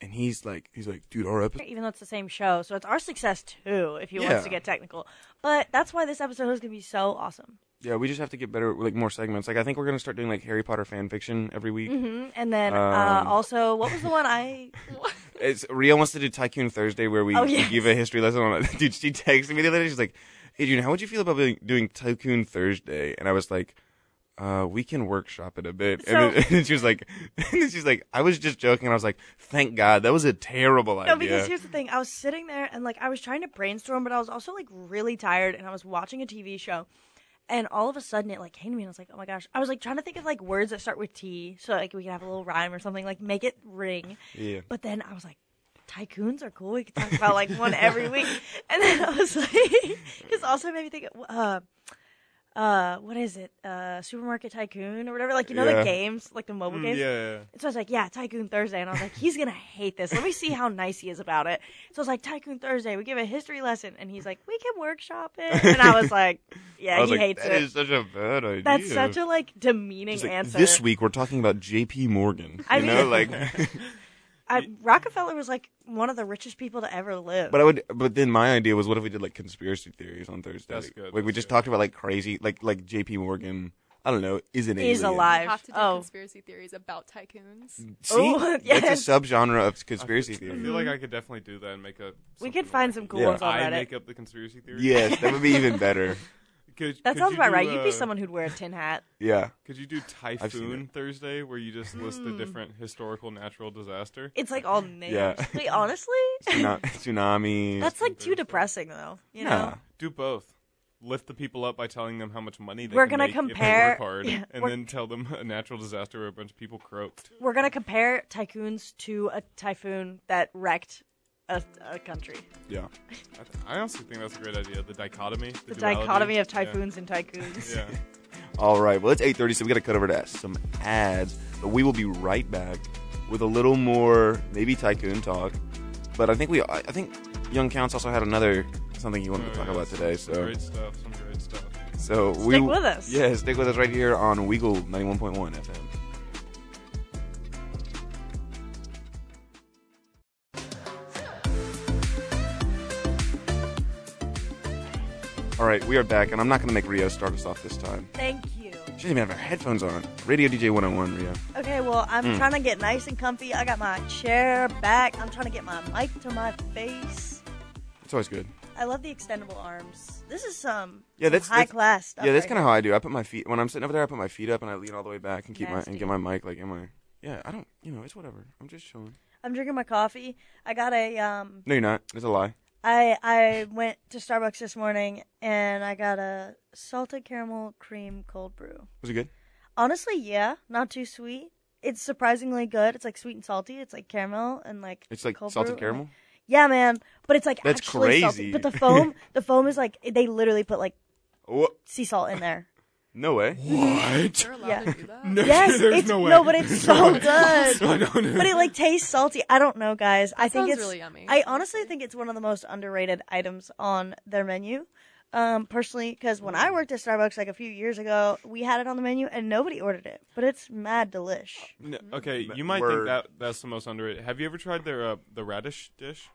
S3: and he's like he's like, dude, our episode.
S2: even though it's the same show, so it's our success too. If he
S3: Yeah.
S2: wants to get technical, but that's why this episode is going to be so awesome.
S3: Yeah, we just have to get better, with, like more segments. Like I think we're gonna start doing like Harry Potter fan fiction every week.
S2: Mhm. And then
S3: Um,
S2: uh, also, what was the one I?
S3: It's Ria wants to do Tycoon Thursday where we,
S2: Oh,
S3: we
S2: yes.
S3: give a history lesson on it. [LAUGHS] Dude, she texted me the other day. She's like, Adrian, how would you feel about doing- doing Tycoon Thursday? And I was like, uh, we can workshop it a bit. and, then, [LAUGHS]
S2: So-
S3: and then she was like, and then she's like, I was just joking. And I was like, thank God. That was a terrible idea.
S2: No, because here's the thing. I was sitting there and like I was trying to brainstorm, but I was also like really tired, and I was watching a TV show, and all of a sudden it like came to me and I was like, oh my gosh. I was like trying to think of like words that start with T so like we can have a little rhyme or something, like make it ring.
S3: Yeah.
S2: But then I was like, tycoons are cool. We could talk about like one every week. [LAUGHS] And then I was like, [LAUGHS] it's also made me think, of, uh, uh, what is it? Uh, Supermarket Tycoon or whatever. Like, you know,
S3: Yeah.
S2: the games, like the mobile
S4: Mm,
S2: games.
S4: yeah, yeah.
S2: So I was like, yeah, Tycoon Thursday. And I was like, he's going to hate this. Let me see how nice he is about it. So I was like, Tycoon Thursday, we give a history lesson. And he's like, we can workshop it. And I
S3: [LAUGHS]
S2: was like, yeah,
S3: I was
S2: he
S3: like,
S2: hates
S3: that
S2: it.
S3: is such a bad idea.
S2: That's such a like demeaning
S3: Just like,
S2: answer.
S3: This week we're talking about J.P. Morgan. You
S2: I mean-
S3: know, like.
S2: [LAUGHS] I, Rockefeller was like one of the richest people to ever live.
S3: But I would. But then my idea was, what if we did like conspiracy theories on Thursday?
S4: That's good,
S3: Like we
S4: that's
S3: just
S4: good.
S3: talked about like crazy, like like J.P. Morgan. I don't know. Is an alien.
S2: He's
S5: I
S2: alive.
S5: have to do
S2: Oh.
S5: conspiracy theories about tycoons.
S3: See,
S2: [LAUGHS] Oh,
S3: that's
S2: yes.
S3: a subgenre of conspiracy
S4: I
S3: theory.
S4: feel like I could definitely do that and make up.
S2: we
S4: something
S2: could find
S4: like
S2: some
S4: it.
S2: cool
S3: Yeah.
S2: ones on
S4: I
S2: Reddit.
S4: make up the conspiracy theory.
S3: Yes, that would be even better.
S4: [LAUGHS] Could,
S2: That
S4: could
S2: sounds
S4: you
S2: about
S4: do,
S2: right. You'd be
S4: uh,
S2: someone who'd wear a tin hat.
S3: Yeah.
S4: Could you do Typhoon Thursday, where you just list
S2: Hmm.
S4: the different historical natural disaster?
S2: It's [LAUGHS] like all names.
S3: Yeah. [LAUGHS]
S2: Wait, honestly,
S3: Tuna- tsunami.
S2: [LAUGHS] that's like too depressing though. You know,
S3: Nah.
S4: Do both. Lift the people up by telling them how much money they
S2: We're
S4: can
S2: gonna
S4: make
S2: compare-
S4: if they work hard,
S2: yeah,
S4: and
S2: we're-
S4: then tell them a natural disaster where a bunch of people croaked.
S2: we're gonna compare tycoons to a typhoon that wrecked a, a country.
S3: Yeah.
S4: I, th- I honestly think that's a great idea. The dichotomy. The,
S2: The
S4: duality.
S2: dichotomy of
S4: Yeah.
S2: typhoons and tycoons.
S4: Yeah.
S3: All right. Well, it's eight thirty, so we got to cut over to some ads. But we will be right back with a little more, maybe tycoon talk. But I think we, I I think Young Counts also had another something you wanted
S4: Oh,
S3: to talk
S4: yeah.
S3: about today.
S4: Some
S3: So,
S4: great stuff. Some great stuff.
S3: so we
S2: Stick with us.
S3: Yeah, stick with us right here on Weagle ninety one point one FM. All right, we are back, and I'm not going to make Rio start us off this time.
S2: Thank you.
S3: She doesn't even have her headphones on. Radio DJ 101, Rio.
S2: Okay, well, I'm
S3: Mm.
S2: trying to get nice and comfy. I got my chair back. I'm trying to get my mic to my face.
S3: It's always good.
S2: I love the extendable arms. This is some
S3: Yeah, that's
S2: high
S3: that's-
S2: class stuff.
S3: Yeah, that's
S2: right
S3: kind of how I do. I put my feet when I'm sitting over there. I put my feet up and I lean all the way back and keep my
S2: Nasty.
S3: and get my mic like in my. Yeah, I don't. You know, it's whatever. I'm just chilling.
S2: I'm drinking my coffee. I got a um
S3: No, you're not. It's a lie.
S2: I I went to Starbucks this morning and I got a salted caramel cream cold brew.
S3: Was it good?
S2: Honestly, yeah, not too sweet. It's surprisingly good. It's like sweet and salty. It's like caramel and like
S3: It's like
S2: cold
S3: salted
S2: brew.
S3: caramel.
S2: Yeah, man. But it's like
S3: That's
S2: actually salty.
S3: crazy.
S4: [LAUGHS]
S2: But the foam, the foam is like they literally put like
S3: What?
S2: sea salt in
S4: [LAUGHS]
S2: there.
S3: No way.
S5: They're allowed
S2: Yeah.
S5: to do
S2: [LAUGHS]
S5: that.
S2: yes,
S4: [LAUGHS]
S2: it's
S4: no way. [LAUGHS]
S2: but it's so good.
S4: I don't know.
S2: But it like tastes salty. I don't know, guys. I think
S5: sounds
S2: it's
S5: really yummy,
S2: I honestly think it's one of the most underrated items on their menu. Um, personally, because when
S5: Mm.
S2: I worked at Starbucks like a few years ago, we had it on the menu and nobody ordered it, but it's mad delish.
S4: No, okay,
S3: M-
S4: you might
S3: word.
S4: think that that's the most underrated. Have you ever tried their uh, the radish dish?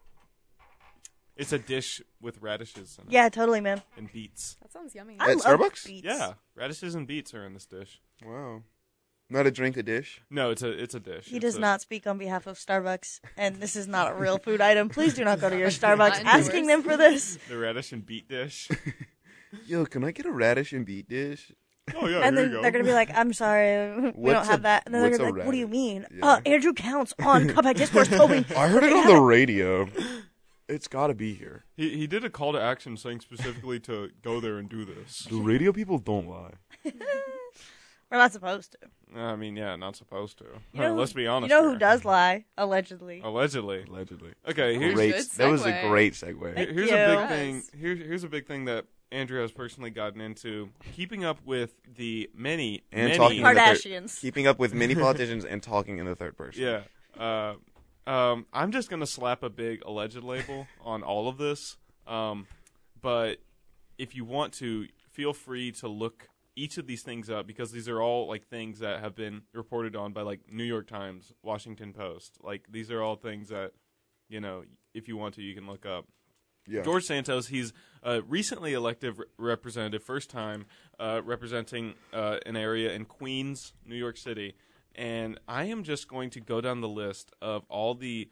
S4: It's a dish with radishes in it
S2: Yeah, totally, man.
S4: and beets.
S5: That sounds yummy.
S2: I
S3: At
S2: love
S3: Starbucks?
S2: beets.
S4: Yeah, radishes and beets are in this dish.
S3: Wow. Not a drink, a dish.
S4: No, it's a it's a dish.
S2: He
S4: It's
S2: does
S4: a-
S2: not speak on behalf of Starbucks, and this is not a real food item. Please do not go
S4: [LAUGHS]
S2: to your Starbucks
S5: Not
S2: asking them for
S5: endorsed.
S2: this.
S4: the radish and beet dish.
S3: Yo, can I get a radish and beet dish?
S4: [LAUGHS] oh yeah,
S2: and
S4: here
S2: then
S4: you go.
S2: they're gonna be like, "I'm sorry, we don't
S3: What's a-
S2: have that." And then they're
S3: what's
S2: gonna be
S3: a
S2: like, "What do you
S3: radish?"
S2: mean?"
S3: Yeah.
S2: Uh, Andrew Counts
S4: [LAUGHS]
S2: on Compact Discourse told me
S3: I heard it on the radio. It's got to be here.
S4: he he did a call to action saying specifically to go there and do this.
S3: The radio people don't lie.
S2: we're not supposed to.
S4: I mean, yeah, not supposed to.
S2: You know who-
S4: [LAUGHS] Let's be honest.
S2: You know who
S4: here. Oh,
S2: does lie allegedly?
S4: Allegedly.
S3: Allegedly.
S4: Okay, here's
S3: Great.
S5: Good
S3: That was a
S5: segue.
S3: great segue.
S2: Thank
S4: Here- here's
S2: you.
S4: a big
S5: Yes.
S4: thing. Here's here's a big thing that Andrew has personally gotten into keeping up with the many
S3: And
S4: many,
S3: talking to the third-
S2: Kardashians.
S3: Keeping up with many politicians and talking in the third person.
S4: Yeah. Uh, um, I'm just gonna slap a big alleged label on all of this. Um, but if you want to, feel free to look each of these things up because these are all like things that have been reported on by like New York Times, Washington Post. Like these are all things that you know, if you want to, you can look up.
S3: Yeah.
S4: George Santos, he's a recently elected re- representative, first time uh, representing uh, an area in Queens, New York City. And I am just going to go down the list of all the.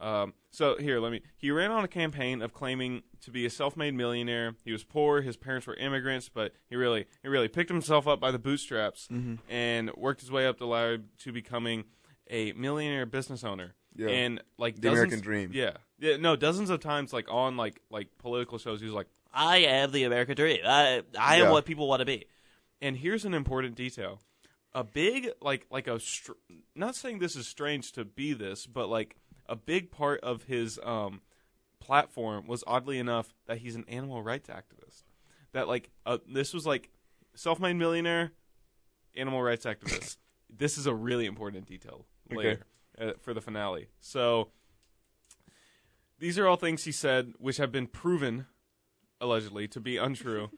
S4: Um, so here, let me. He ran on a campaign of claiming to be a self-made millionaire. He was poor. His parents were immigrants, but he really, he really picked himself up by the bootstraps
S3: Mm-hmm.
S4: and worked his way up the ladder to becoming a millionaire business owner.
S3: Yeah.
S4: And like
S3: The
S4: dozens-
S3: American dream.
S4: Yeah, yeah. No, dozens of times, like on like like political shows, he was like,
S6: I am the American dream. I I
S3: Yeah.
S6: am what people want to be.
S4: And here's an important detail. A big like like a str- not saying this is strange to be this, but like a big part of his um platform was oddly enough that he's an animal rights activist. That like uh, this was like self-made millionaire animal rights activist. [COUGHS] this is a really important detail
S3: Okay.
S4: later uh, for the finale. So these are all things he said which have been proven allegedly to be untrue.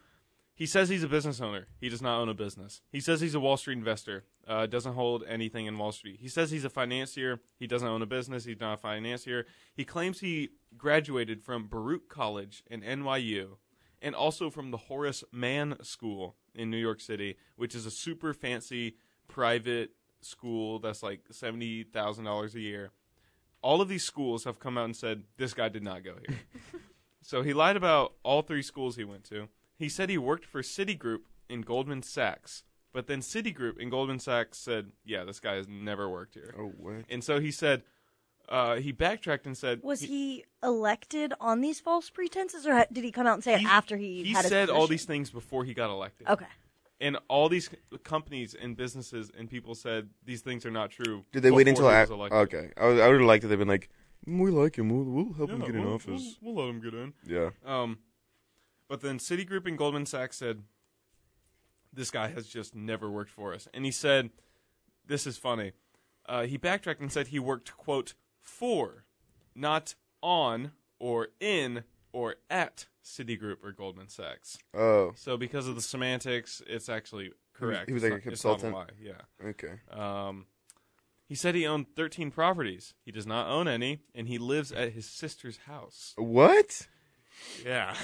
S4: He says he's a business owner. He does not own a business. He says he's a Wall Street investor. Uh, doesn't hold anything in Wall Street. He says he's a financier. He doesn't own a business. He's not a financier. He claims he graduated from Baruch College in NYU and also from the Horace Mann School in New York City, which is a super fancy private school that's like $70,000 a year. All of these schools have come out and said, this guy did not go here. So he lied about all three schools he went to. He said he worked for Citigroup and Goldman Sachs, but then Citigroup and Goldman Sachs said, "Yeah, this guy has never worked here."
S3: Oh, what?
S4: And so he said, uh, he backtracked and said,
S2: Was he elected on these false pretenses, or ha- did he come out and say it after he,
S4: He
S2: had his
S4: said all
S2: position?
S4: these things before he got elected,
S2: Okay.
S4: and all these c- companies and businesses and people said these things are not true.
S3: Did they wait
S4: before
S3: until
S4: he
S3: I?
S4: was elected.
S3: Okay, I, would- I would have liked it. They've been like, "Mm, we like him. We'll, we'll help him
S4: Yeah,
S3: get in
S4: we'll-
S3: office.
S4: We'll, we'll let him get in.
S3: yeah.
S4: Um, but then Citigroup and Goldman Sachs said, "This guy has just never worked for us." And he said, "This is funny." Uh, he backtracked and said he worked quote for, not on or in or at Citigroup or Goldman Sachs.
S3: Oh,
S4: So because of the semantics, it's actually correct.
S3: he was
S4: It's
S3: like a
S4: not- it's not
S3: consultant?
S4: lie, Yeah.
S3: okay.
S4: Um, he said he owned 13 properties. He does not own any, and he lives at his sister's house.
S3: What?
S4: Yeah.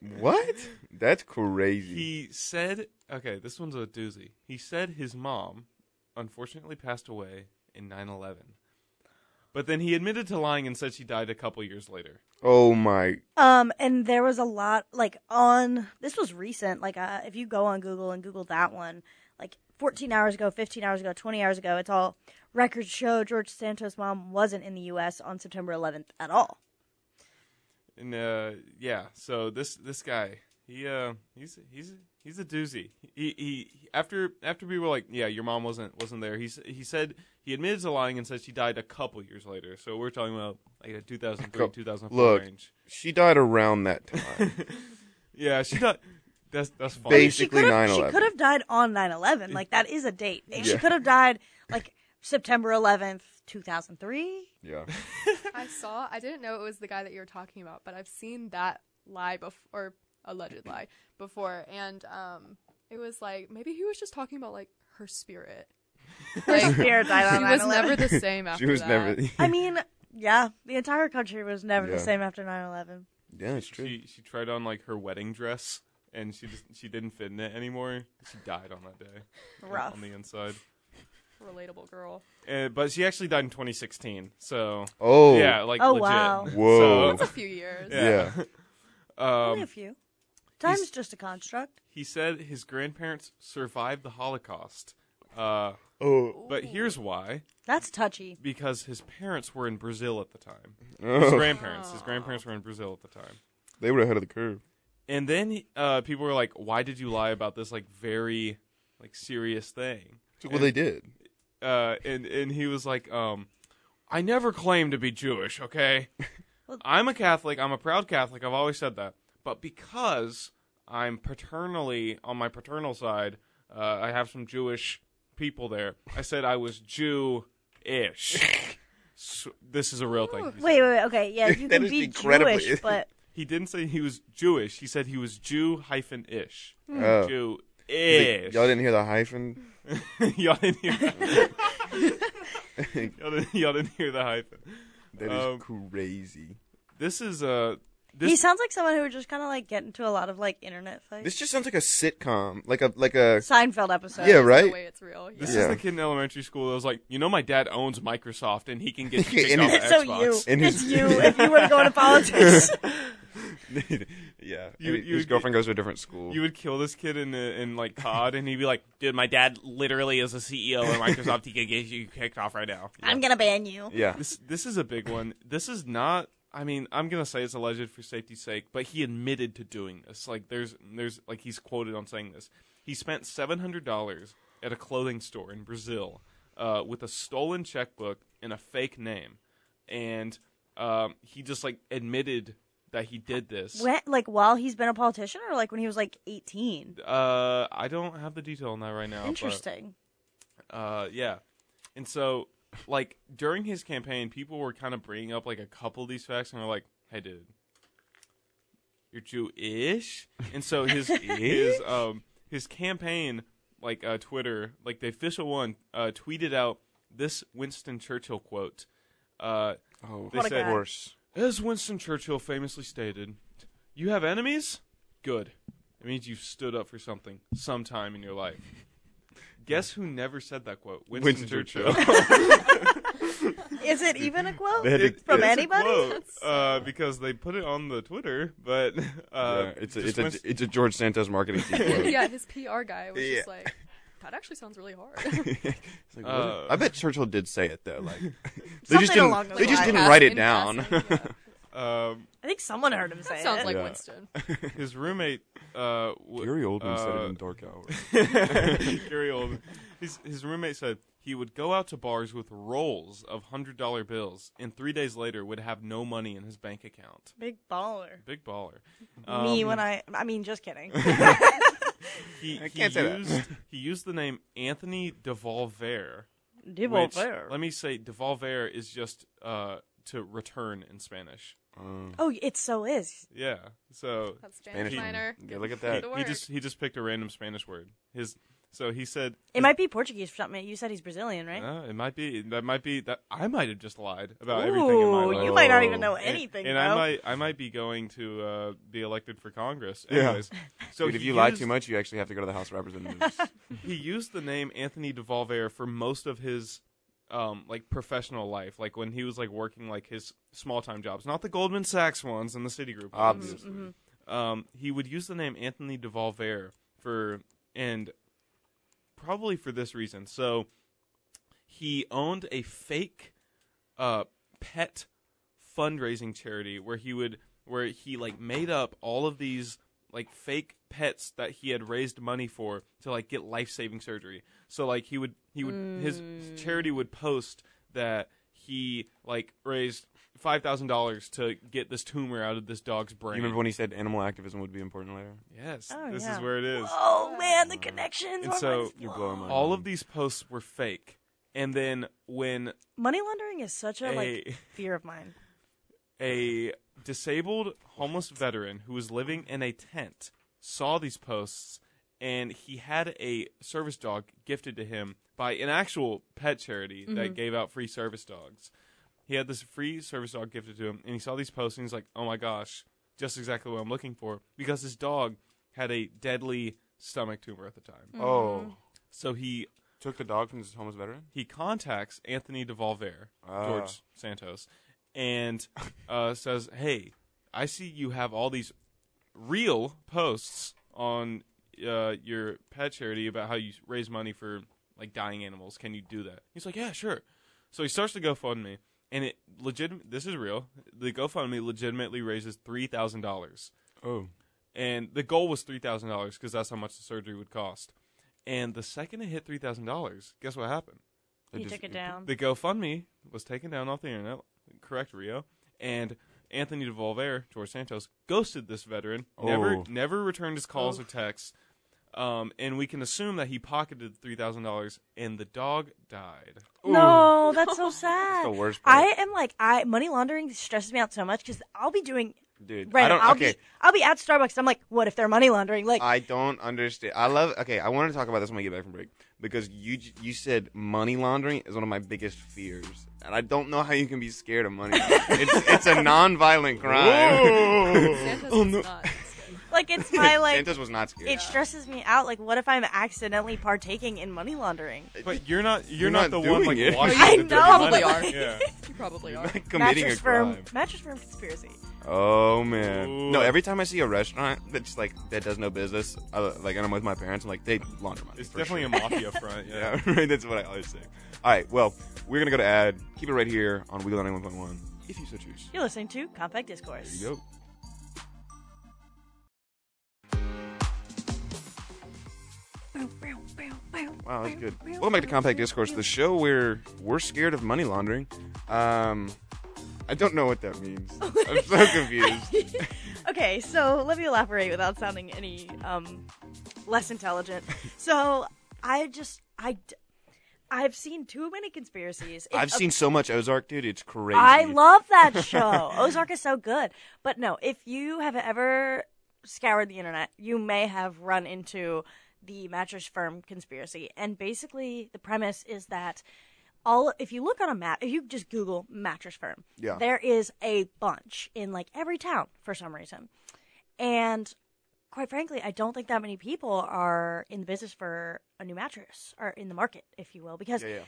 S3: What? That's crazy.
S4: He said, okay, this one's a doozy. He said his mom unfortunately passed away in 9 11. But then he admitted to lying and said she died a couple years later.
S3: oh my.
S2: Um, and there was a lot like on this was recent. Like, uh, if you go on Google and Google that one, like 14 hours ago, 15 hours ago, 20 hours ago, it's all records show George Santos' mom wasn't in the U.S. on September 11th at all.
S4: And uh, yeah, so this this guy, he uh, he's he's he's a doozy. He, he he after after we were like, yeah, your mom wasn't wasn't there. He s- he said he admitted to lying and said she died a couple years later. So we're talking about like a 2003
S3: Couple-
S4: 2004
S3: Look.
S4: range. [LAUGHS]
S3: She died around that time.
S4: Yeah, she died. That's that's funny.
S3: Basi-
S2: She
S3: Basically
S2: could have she
S3: 9/11.
S2: could have died on 9/11. Like that is a date. And She
S3: Yeah.
S2: could have died like September 11th, 2003.
S3: yeah.
S5: I saw. I didn't know it was the guy that you were talking about, but I've seen that lie before, alleged lie before, and um, it was like maybe he was just talking about like
S2: [LAUGHS]
S5: her spirit. Like, she
S2: Pierre died on 9/11.
S5: was
S2: [LAUGHS]
S5: never the same after
S3: She was
S5: that.
S3: never. [LAUGHS]
S2: I mean, yeah, the entire country was never
S3: Yeah.
S2: the same after 9/11.
S3: yeah, it's true.
S4: she she tried on like her wedding dress and she just she didn't fit in it anymore. She died on that day
S2: Rough.
S4: on the inside.
S3: [LAUGHS]
S5: relatable girl.
S4: Uh, but she actually died in 2016. So
S3: oh.
S4: yeah, like
S2: Oh,
S4: legit.
S2: wow.
S3: Whoa.
S4: So,
S5: A few years.
S4: yeah.
S2: Only a
S4: um,
S2: few. Time's just a construct.
S4: he said his grandparents survived the Holocaust. Uh,
S3: Oh.
S4: but here's why:
S2: That's touchy.
S4: because his parents were in Brazil at the time. His
S3: oh.
S4: grandparents, his grandparents were in Brazil at the time.
S3: [LAUGHS] They were ahead of the curve.
S4: And then he- uh, people were like, "Why did you lie about this like very like serious thing?"
S3: Well, they did.
S4: uh, and and he was like, um, I never claim to be Jewish. Okay,
S2: Well-
S4: I'm a Catholic. I'm a proud Catholic. I've always said that. But because I'm paternally on my paternal side, uh, I have some Jewish people there. I said I was Jew-ish. so, this is a real thing. He, said.
S2: Wait, wait, wait, okay,
S3: [LAUGHS]
S2: yeah, you
S3: That
S2: can
S3: is
S2: be
S3: incredibly-
S2: Jewish,
S3: [LAUGHS]
S2: but
S4: He didn't say he was Jewish. He said he was Jew hyphen ish.
S3: Oh.
S4: Jew-ish.
S3: Y'all didn't hear the hyphen?
S4: [LAUGHS]
S3: [LAUGHS]
S4: y'all didn't hear that. y'all, didn't, y'all didn't hear the hyphen.
S3: That is
S4: Um,
S3: crazy.
S4: This is uh
S2: he
S4: this
S2: sounds like someone who would just kind of like get into a lot of like internet fights.
S3: This just sounds like a sitcom, like a like
S4: [LAUGHS]
S3: a
S2: Seinfeld episode.
S3: yeah,
S5: The
S3: right?
S5: way it's real.
S4: this
S3: Yeah.
S4: is the kid in elementary school that was like, you know, my dad owns Microsoft and he can
S3: [LAUGHS]
S4: get you kicked
S3: And
S4: off
S3: he's-
S4: of
S2: [LAUGHS] So
S4: Xbox.
S2: you,
S3: And
S2: it's
S3: his-
S2: you.
S3: [LAUGHS]
S2: If you were to go into politics,
S3: yeah,
S4: You-
S3: And
S4: you-
S3: his girlfriend goes to a different school.
S4: You would kill this kid in uh, in like COD, and he'd be like, "Dude, my dad literally is a CEO of Microsoft. He could get you kicked off right now."
S2: I'm gonna ban you.
S3: yeah,
S4: This this is a big one. This is not I mean, I'm gonna say it's alleged for safety's sake, but he admitted to doing this. Like, there's, there's, like he's quoted on saying this. He spent seven hundred dollars at a clothing store in Brazil uh, with a stolen checkbook and a fake name, and um, he just like admitted that he did this.
S2: When, like while he's been a politician, or like when he was like eighteen.
S4: Uh, I don't have the detail on that right now. but-
S2: Interesting.
S4: uh, yeah. And so, like, during his campaign, people were kind of bringing up, like, a couple of these facts and were like, hey, dude, you're Jewish? And so his, his, um, his campaign, like, uh, Twitter, like, the official one, uh, tweeted out this Winston Churchill quote. Uh,
S3: Oh,
S4: What a
S2: guy.
S3: horse.
S4: as Winston Churchill famously stated, you have enemies? Good. It means you've stood up for something sometime in your life.
S3: [LAUGHS]
S4: Guess who never said that quote? Winston,
S3: Winston
S4: Churchill. [LAUGHS]
S2: Is it
S3: [LAUGHS]
S2: even a quote
S3: They had to-
S2: from
S4: It's a
S2: anybody?
S4: quote, uh, because they put it on the Twitter, but [LAUGHS] uh,
S3: yeah, it's a,
S4: just
S3: it's
S4: Winst-
S3: a it's a George Santos
S4: [LAUGHS]
S3: marketing team. quote.
S5: yeah, his PR guy was just
S3: Yeah.
S5: like, that actually sounds
S2: [LAUGHS]
S5: really
S3: [LAUGHS]
S5: hard. [LAUGHS]
S3: It's like, what?
S4: Uh,
S3: I bet Churchill did say it though.
S4: [LAUGHS]
S3: Like [LAUGHS] they
S2: Something
S3: just didn't
S2: along those
S3: they just
S2: lines.
S3: didn't write it
S5: In
S3: down.
S5: passing, yeah.
S4: um,
S2: I think someone heard him say
S5: That sounds
S2: it.
S5: like
S3: Yeah.
S5: Winston.
S3: [LAUGHS]
S4: his roommate. Uh, w-
S1: Gary Oldman said
S4: uh,
S1: it in Dark Hour.
S4: [LAUGHS] Gary Oldman. His, his roommate said he would go out to bars with rolls of hundred dollar bills, and three days later would have no money in his bank account.
S2: Big baller.
S4: Big baller.
S2: Me
S4: Um,
S2: when I. I mean, just
S3: [LAUGHS]
S2: kidding. [LAUGHS]
S4: he,
S3: I
S4: he
S3: can't say that.
S4: used, he used the name Anthony Devolver.
S2: Devil
S4: which, Let me say, Devolver is just uh, to return in Spanish.
S3: Uh,
S2: Oh, it so is.
S4: Yeah. So
S5: That's Spanish
S3: Spanish-
S5: minor.
S3: Yeah, look at
S4: he,
S3: that.
S5: The
S4: he
S5: word. [LAUGHS]
S4: just he just picked a random Spanish word. His so he said
S2: It might be Portuguese for something. You said he's Brazilian, right?
S4: Uh, it might be that might be that I might have just lied about everything in my
S2: Ooh,
S4: life.
S2: you might not even know
S4: And-
S2: anything.
S4: and,
S2: though.
S4: I might I might be going to uh, be elected for Congress.
S3: Yeah.
S4: Anyways,
S2: [LAUGHS]
S4: so
S3: Dude, if
S4: he
S3: you lie
S4: used-
S3: too much, you actually have to go to the House of
S4: [LAUGHS]
S3: Representatives.
S4: he used the name Anthony DeVolver for most of his um like professional life, like when he was like working like his small time jobs, not the Goldman Sachs ones and the Citigroup. ones.
S3: Obviously,
S4: Um, he would use the name Anthony DeVolver for and probably for this reason. So he owned a fake uh pet fundraising charity where he would where he like made up all of these like fake pets that he had raised money for to like get life-saving surgery. So like he would he would his
S2: Mm.
S4: charity would post that he like raised $5,000 to get this tumor out of this dog's
S3: you
S4: brain.
S3: remember when he said animal activism would be important later?
S4: Yes,
S2: Oh,
S4: this
S2: yeah.
S4: is where it is.
S2: Oh man, the connections.
S4: And
S2: are
S4: so
S2: like-
S3: You're blowing my
S4: All of
S3: mind.
S4: these posts were fake. And then when
S2: money laundering is such a
S4: Hey.
S2: like fear of mine.
S4: a disabled homeless veteran who was living in a tent saw these posts and he had a service dog gifted to him by an actual pet charity that gave out free service dogs. He had this free service dog gifted to him and he saw these posts and he's like, "Oh my gosh, just exactly what I'm looking for" because his dog had a deadly stomach tumor at the time.
S2: Mm-hmm.
S3: Oh,
S4: So he
S3: took the dog from this homeless veteran.
S4: he contacts Anthony DeVolver,
S3: Ah.
S4: George Santos, and uh, says, "Hey, I see you have all these real posts on uh, your pet charity about how you raise money for like dying animals. Can you do that?" He's like, "Yeah, sure." So he starts the GoFundMe, and it legit. This is real. The GoFundMe legitimately raises three thousand dollars
S3: Oh,
S4: and the goal was three thousand dollars because that's how much the surgery would cost. And the second it hit three thousand dollars, guess what happened?
S2: You took it down.
S4: The GoFundMe was taken down off the internet. Correct, Rio. And Anthony DeVolver, George Santos, ghosted this veteran. Never,
S3: Oh.
S4: never returned his calls
S2: Oh.
S4: or texts. Um, and we can assume that he pocketed three thousand dollars, and the dog died.
S2: No, that's so sad.
S3: the worst part.
S2: I am like I money laundering stresses me out so much because I'll be doing
S3: dude, I
S2: right.
S3: don't.
S2: I'll
S3: okay,
S2: be I'll be at Starbucks. I'm like, what if they're money laundering? Like,
S3: I don't understand. I love. Okay, I want to talk about this when we get back from break because you j- you said money laundering is one of my biggest fears, and I don't know how you can be scared of money.
S2: [LAUGHS]
S3: it's it's a non-violent crime. [LAUGHS]
S5: Santos is not.
S2: like it's my like.
S3: Santos was not scared.
S2: It stresses me out. Like, what if I'm accidentally partaking in money laundering?
S4: But you're not, you're,
S3: You're not
S4: not, the one
S3: doing
S4: like
S3: it.
S2: [LAUGHS]
S4: washing.
S2: I
S4: the dirty
S2: know,
S5: Probably
S4: money.
S5: are.
S2: [LAUGHS]
S4: Yeah.
S5: You
S3: [LAUGHS]
S5: probably are.
S3: committing
S2: mattress
S3: a crime.
S2: firm, mattress firm conspiracy.
S3: Oh man!
S4: Ooh.
S3: No, every time I see a restaurant that's like that does no business, I, like and I'm with my parents, I'm like they launder money.
S4: It's
S3: for
S4: definitely
S3: sure. [LAUGHS]
S4: a mafia [LAUGHS] front. Yeah.
S3: yeah, right. That's what I always say. All right, well, we're gonna go to ad. Keep it right here on Wheel 91.1.
S1: if you so choose.
S2: You're listening to Compact Discourse.
S1: There you go.
S3: Wow, that's good. Welcome back to Compact Discourse, the show where we're scared of money laundering. Um, I don't know what that means. I'm so confused.
S2: okay, so let me elaborate without sounding any um, less intelligent. So I just I d- I've seen too many conspiracies.
S3: [LAUGHS]
S2: It-
S3: I've seen so much Ozark, dude. It's crazy.
S2: I love
S3: [LAUGHS]
S2: that show. Ozark is so good. But no, if you have ever scoured the internet, you may have run into the mattress firm conspiracy. And basically, the premise is that all if you look on a map, if you just Google mattress firm,
S3: Yeah.
S2: there is a bunch in like every town for some reason. And quite frankly, I don't think that many people are in the business for a new mattress or in the market, if you will, because
S3: Yeah, yeah.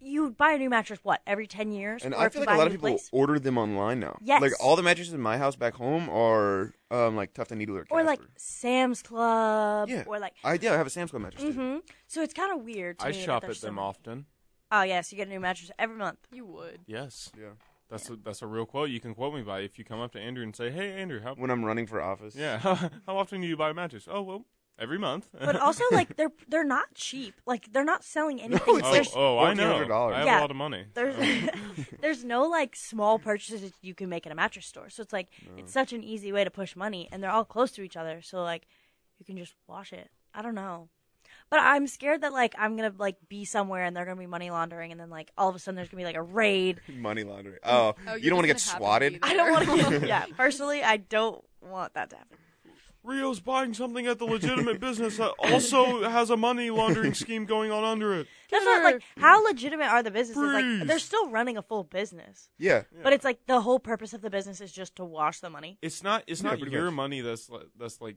S2: you buy a new mattress what every 10 years
S3: And
S2: Or
S3: I
S2: if
S3: feel
S2: you
S3: like a
S2: buy
S3: lot of
S2: new
S3: people
S2: place?
S3: order them online now.
S2: Yes.
S3: Like all the mattresses in my house back home are um like Tuft and Needle or Casper.
S2: or like Sam's Club
S3: yeah.
S2: or like
S3: I yeah, I have a Sam's Club mattress. too.
S2: hmm so it's kind of weird to
S4: I
S2: me that
S4: shop at them
S2: there's so many-
S4: often.
S2: oh yes you get a new mattress every month
S4: [LAUGHS]
S5: You would.
S4: Yes,
S3: Yeah.
S4: that's a, that's a real quote. You can quote me by if you come up to Andrew and say, "Hey, Andrew, how
S3: When I'm running for office.
S4: yeah [LAUGHS] how, how often do you buy a mattress?" Oh well, every month. [LAUGHS]
S2: but also like they're they're not cheap like they're not selling anything
S3: it's
S4: oh,
S2: there's,
S4: oh, I know.
S3: $1,400.
S4: I have
S2: Yeah.
S4: a lot of money.
S2: [LAUGHS] There's,
S4: Oh.
S2: [LAUGHS] there's no like small purchases that you can make at a mattress store so it's like it's such an easy way to push money and they're all close to each other so like you can just wash it i don't know but i'm scared that like i'm gonna like be somewhere and they're gonna be money laundering and then like all of a sudden there's gonna be like a raid
S3: [LAUGHS] Money laundering. Oh,
S5: Oh,
S3: you
S5: you're
S3: don't want to get
S5: just gonna have to
S3: swatted.
S5: be
S2: I don't want
S3: [LAUGHS]
S2: to get. Yeah, personally, I don't want that to happen.
S4: Rio's buying something at the legitimate business that also has a money laundering scheme going on under it.
S2: That's not like how legitimate are the businesses? Like
S4: Freeze.
S2: they're still running a full business,
S3: Yeah.
S2: but it's like the whole purpose of the business is just to wash the money.
S4: It's not. It's
S3: Yeah,
S4: not
S3: pretty
S4: your
S3: much.
S4: money that's li- that's like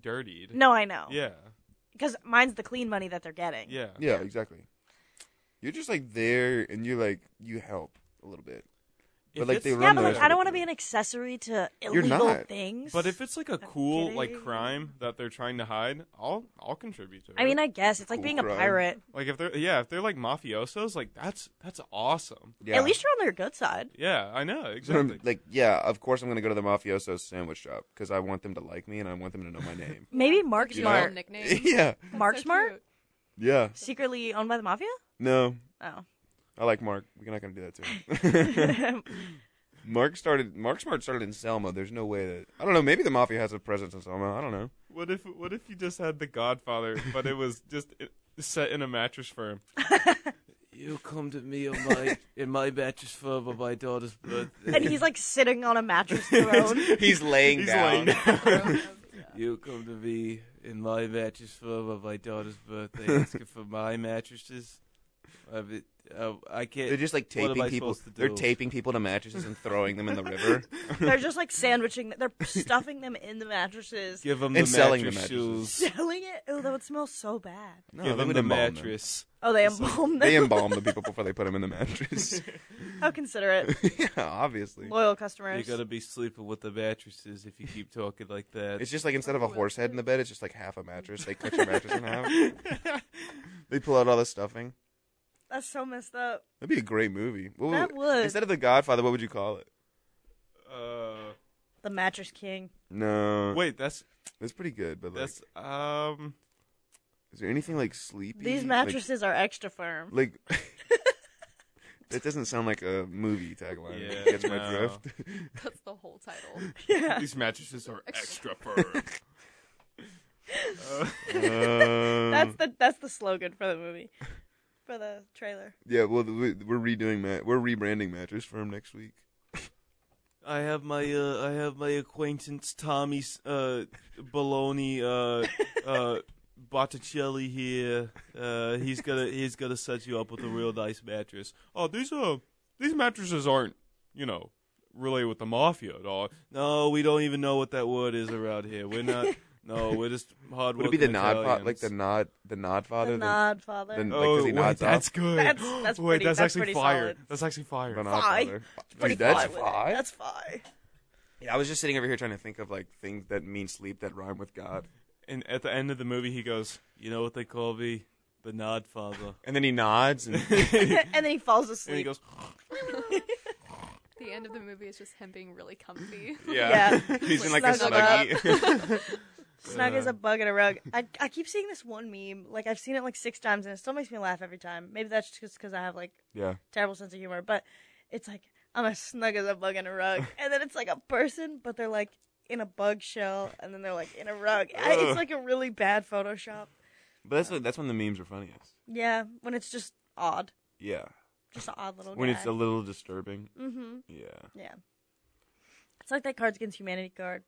S4: dirtied.
S2: No, I know.
S4: Yeah.
S2: because mine's the clean money that they're getting.
S4: Yeah.
S3: Yeah, exactly. You're just like there and you're like you help a little bit.
S4: If
S3: like,
S4: it's-
S3: they
S2: Yeah,
S3: run
S2: but like
S3: those
S2: I don't
S3: with
S2: want to
S3: you.
S2: be an accessory to
S3: You're
S2: illegal
S3: not.
S2: things.
S4: But if it's like a cool like
S2: kidding.
S4: crime that they're trying to hide, I'll I'll contribute to it.
S2: I mean, I guess it's like
S3: Cool
S2: being a
S3: crime.
S2: pirate.
S4: like if they're yeah, if they're like mafiosos, like that's that's awesome.
S3: Yeah.
S2: At least you're on their good side.
S4: Yeah, I
S3: [LAUGHS]
S4: know
S3: So I'm
S4: exactly.
S3: like yeah, of course I'm gonna go to the mafioso sandwich shop because I want them to like me and I want them to know my
S5: [LAUGHS]
S3: name.
S2: Maybe Mark
S5: Give you a little
S2: Smart,
S5: nickname.
S3: [LAUGHS] yeah,
S2: Mark
S5: So
S2: Smart,
S5: cute.
S3: yeah.
S2: secretly owned by the mafia.
S3: No, [LAUGHS]
S2: Oh, [LAUGHS]
S3: I like Mark. We're not gonna do that to him. [LAUGHS] Mark started. Mark Smart started in Selma. There's no way that I don't know. Maybe the mafia has a presence in Selma. I don't know.
S4: what if what if you just had the Godfather, but it was just it, set in a mattress firm?
S6: You come to me on my [LAUGHS] in my mattress firm on my daughter's birthday.
S2: and he's like sitting on
S3: [LAUGHS]
S2: a mattress throne.
S3: He's laying
S4: He's
S3: down.
S4: laying down.
S5: [LAUGHS]
S3: [LAUGHS]
S6: You come to me in my mattress firm on my daughter's birthday, asking for my mattresses. I, mean, uh, I can't.
S3: They're just like [LAUGHS]
S6: What am
S3: taping
S6: I
S3: people.
S6: supposed to
S3: They're
S6: do?
S3: taping people to mattresses and throwing them in [LAUGHS] the river.
S2: They're just like sandwiching. They're stuffing them in the mattresses,
S6: give them
S3: and
S6: the
S3: selling the
S6: mattress
S3: mattresses.
S6: shoes.
S2: selling it. Oh, that would smell so bad.
S3: No,
S6: give
S3: they
S6: them
S3: would
S6: the
S3: embalm them. [LAUGHS]
S6: mattress.
S2: Oh, they embalm them.
S3: They embalm the people before they put them in the [LAUGHS] mattress.
S2: [LAUGHS]
S3: [LAUGHS]
S2: How considerate,
S3: yeah, obviously.
S2: loyal customers.
S6: You're gonna be sleeping with the mattresses if you keep talking like that.
S3: It's just like instead of a horse head in the bed, it's just like half a mattress. They cut your mattress in half. [LAUGHS] they pull out all the stuffing.
S2: That's so messed up.
S3: That'd be a great movie. What
S2: That would.
S3: Instead of The Godfather, what would you call it?
S4: Uh,
S2: The mattress king.
S3: No.
S4: wait, that's
S3: That's pretty good, but like,
S4: that's um.
S3: is there anything like sleepy?
S2: These
S3: Like-
S2: mattresses are extra
S3: [LAUGHS]
S2: firm. [LAUGHS]
S3: Like. That doesn't sound like a movie tagline.
S4: Yeah,
S3: Gets my
S4: no.
S3: drift. [LAUGHS]
S5: That's the whole title.
S2: Yeah.
S4: These mattresses are
S3: [LAUGHS]
S4: extra firm.
S3: Um,
S2: That's the that's the slogan for the movie, for the trailer.
S3: yeah. Well, we- we're redoing mat. We're rebranding mattress firm next week.
S6: I have my uh, I have my acquaintance Tommy uh, Baloney uh, uh, Botticelli here. Uh, he's gonna he's gonna set you up with a real nice mattress.
S4: Oh, these uh, these mattresses aren't, you know, related with the mafia at all.
S6: No, we don't even know what that word is around here. We're not. no, we're just
S3: [LAUGHS]
S6: hard
S3: Would it be the nod,
S6: Italians.
S3: fa- like the nod, the nod father?
S2: The nod, father.
S3: then- like,
S4: Oh,
S3: 'cause he
S4: wait,
S3: nods off?
S4: that's good. [GASPS]
S2: That's- that's
S4: wait,
S2: pretty-
S4: that's,
S2: that's
S4: actually
S2: pretty
S4: fire.
S2: solid.
S4: That's actually fire.
S3: The nod
S2: Fi.
S3: father.
S2: Pretty
S3: Wait, that's
S2: fly with it.
S3: five.
S2: That's five. [LAUGHS]
S3: Yeah, I was just sitting over here trying to think of like things that mean sleep that rhyme with God,
S4: And at the end of the movie, he goes,
S6: You know what they call me? The Nod
S4: [LAUGHS]
S6: Father.
S2: [LAUGHS]
S3: and then he nods. And
S2: and then he falls asleep. [LAUGHS]
S4: and he goes,
S5: the end of the movie is just him being really comfy. [LAUGHS]
S2: Yeah.
S3: [LAUGHS] He's in like a
S2: Snuggled up.
S3: snuggie.
S2: Snug
S4: Yeah.
S2: as a bug in a rug. I, I keep seeing this one meme. Like, I've seen it like six times and it still makes me laugh every time. Maybe that's just because I have like
S3: [LAUGHS] yeah.
S2: terrible sense of humor, but it's like, I'm as snug as a bug in a
S4: [LAUGHS]
S2: rug. And then it's like a person, but they're like in a bug shell and then they're like in a rug. I,
S3: Ugh.
S2: it's like a really bad Photoshop.
S3: But that's what, that's when the memes are funniest.
S2: Yeah, when it's just odd.
S3: Yeah.
S2: Just an odd little
S3: When
S2: guy.
S3: it's a little disturbing.
S2: hmm
S3: Yeah.
S2: Yeah. It's like that Cards Against Humanity card.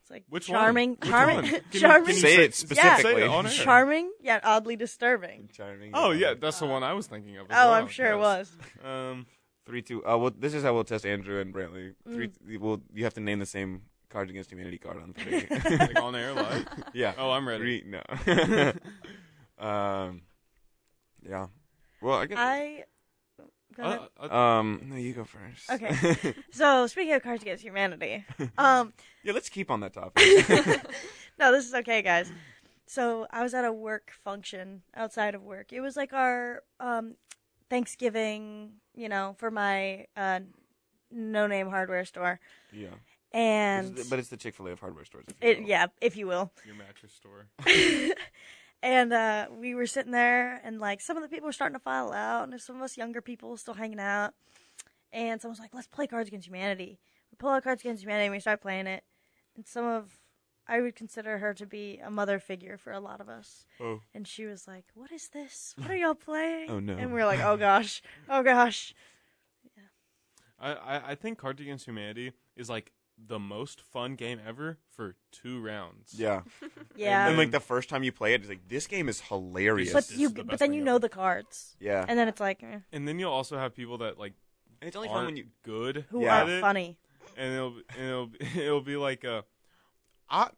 S2: It's like
S4: Which one?
S2: charming,
S4: Which
S2: charming, [LAUGHS]
S4: one? Can you- can
S2: charming,
S4: you
S3: Say it
S2: Yeah.
S3: specifically.
S4: Say it on air.
S2: charming, yet oddly disturbing.
S3: Charming.
S4: Oh yeah, that's the one I was thinking of. as
S2: Uh, Oh, I'm
S4: well.
S2: sure it
S4: Yes.
S2: was. [LAUGHS]
S4: Um,
S3: Three, two. Uh, well, this is how we'll test Andrew and Brantley. Three.
S2: Mm.
S3: th- Well, you have to name the same Cards Against Humanity card on
S2: [LAUGHS]
S3: three. [LAUGHS]
S4: like on air live.
S3: yeah.
S4: [LAUGHS] Oh, I'm ready.
S3: Three. No. [LAUGHS] um. Yeah. Well, I guess.
S2: I. Go ahead.
S4: Uh, uh,
S3: um. No, you go first.
S2: Okay. so speaking of Cards Against Humanity, um,
S3: [LAUGHS] yeah. Let's keep on that
S2: [LAUGHS]
S3: topic.
S2: no, this is okay, guys. So I was at a work function outside of work. It was like our um, Thanksgiving, you know, for my uh, no-name hardware store,
S3: yeah. This
S2: and
S3: is the- but it's the Chick Fil A of hardware stores. if you
S2: it,
S3: will.
S2: yeah, if you will.
S4: your mattress store.
S2: [LAUGHS] and uh, we were sitting there, and like some of the people were starting to file out, and there's some of us younger people still hanging out. And someone's like, "Let's play Cards Against Humanity." We pull out Cards Against Humanity, and we start playing it. And some of I would consider her to be a mother figure for a lot of us.
S3: Oh.
S2: And she was like, "What is this? What are y'all playing?"
S3: Oh, no.
S2: And we were like, "Oh gosh, oh gosh."
S4: I, I I think Cards Against Humanity is like the most fun game ever for two rounds.
S3: Yeah.
S2: Yeah.
S3: And like the first time you play it, it's like this game is hilarious.
S2: Um, but
S4: this
S2: you,
S4: is the
S2: but
S4: best
S2: then
S4: thing
S2: you know
S4: ever.
S2: the cards,
S3: yeah.
S2: and then it's like, eh,
S4: And then you'll also have people that like
S3: And it's only fun
S4: aren't
S3: when you.
S4: good.
S2: who
S3: Yeah.
S4: at
S2: are
S4: it,
S2: funny?
S4: And it'll and it'll it'll be [LAUGHS] like uh, I.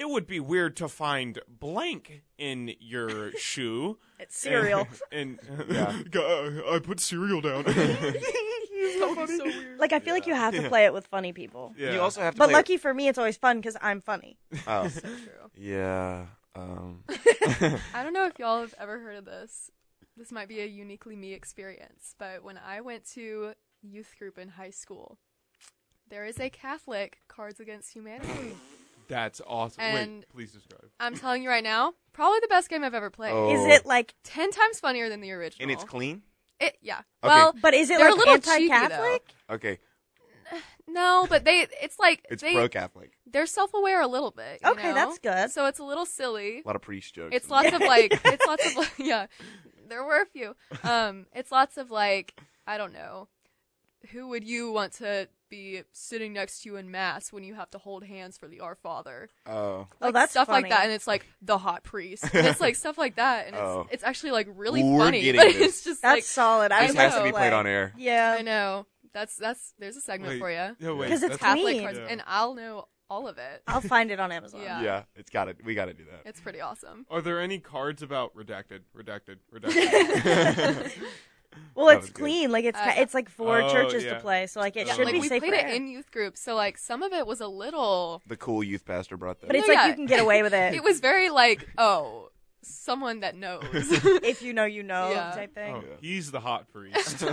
S4: It would be weird to find blank in
S5: [LAUGHS]
S4: your shoe.
S2: It's
S4: [LAUGHS]
S2: cereal.
S4: And, [LAUGHS]
S3: Yeah.
S4: God, I put cereal
S5: [LAUGHS]
S4: down. [LAUGHS]
S2: [LAUGHS]
S5: so weird.
S2: like I feel like you have to play it with funny people.
S4: yeah.
S3: You also have to.
S2: But
S3: play
S2: lucky for me, it's always fun because I'm funny.
S3: Oh.
S5: so true.
S3: yeah.
S5: [LAUGHS]
S3: Um.
S5: I don't know if y'all have ever heard of this. This might be a uniquely me experience, but when I went to youth group in high school, there is a Catholic Cards Against Humanity.
S4: That's awesome.
S5: And-
S4: Wait, please describe.
S5: I'm telling you right now, probably the best game I've ever played.
S3: Oh.
S2: Is it like,
S5: Ten times funnier than the original.
S3: And it's clean.
S5: It, yeah. Well,
S2: but is it
S5: They're a
S2: like
S5: little cheeky, though.
S2: anti-Catholic?
S3: Okay.
S5: no, but they. It's like
S3: It's
S5: they.
S3: pro Catholic.
S5: They're self-aware a little bit. you
S2: Okay,
S5: know?
S2: that's good.
S5: So it's a little silly.
S3: A lot of priest jokes.
S5: It's
S3: in there.
S5: lots of
S3: [LAUGHS]
S5: like it's lots of [LAUGHS] like, yeah. There were a few. Um it's lots of like I don't know. Who would you want to be sitting next to you in mass when you have to hold hands for the Our Father?
S3: Oh.
S5: [LAUGHS]
S2: Oh,
S5: Like,
S2: that's
S5: stuff
S2: funny.
S5: like that and it's like the
S3: [LAUGHS]
S5: hot priest. And it's like stuff like that and it's
S3: Oh.
S5: it's actually like really
S3: We're
S5: funny.
S3: getting
S5: but
S3: this.
S5: it's just
S2: That's
S5: [LAUGHS] like
S2: solid. I
S5: This
S2: like
S5: has to be
S2: play.
S3: played on air.
S5: I
S2: Yeah,
S5: know. That's that's there's a segment
S4: Wait,
S5: for you.
S4: No, wait.
S2: 'Cause it's
S4: that's-
S5: Catholic
S2: clean.
S5: cards
S4: Yeah.
S5: and I'll know all of it.
S2: I'll find it on Amazon.
S5: Yeah.
S3: Yeah. It's got it. We got to do that.
S5: It's pretty awesome.
S4: Are there any cards about redacted, redacted,
S5: [LAUGHS]
S4: redacted?
S2: Well,
S3: That
S2: it's
S3: was good.
S2: clean. Like it's
S5: Uh,
S2: it's like four
S4: Oh,
S2: churches
S4: yeah.
S2: to play, so like it
S4: Yeah,
S2: should
S5: like
S2: be
S5: we
S2: safe.
S5: played
S2: for
S5: it
S2: air.
S5: in youth group, so like some of it was a little
S3: The cool youth pastor brought that.
S2: but
S5: it-
S2: it's
S5: No,
S2: like
S5: yeah.
S2: you can get away
S5: [LAUGHS]
S2: with it.
S5: it was very like, oh, someone that knows.
S2: if you know, you know
S5: Yeah.
S2: type thing.
S4: oh, he's the hot
S5: [LAUGHS]
S4: priest.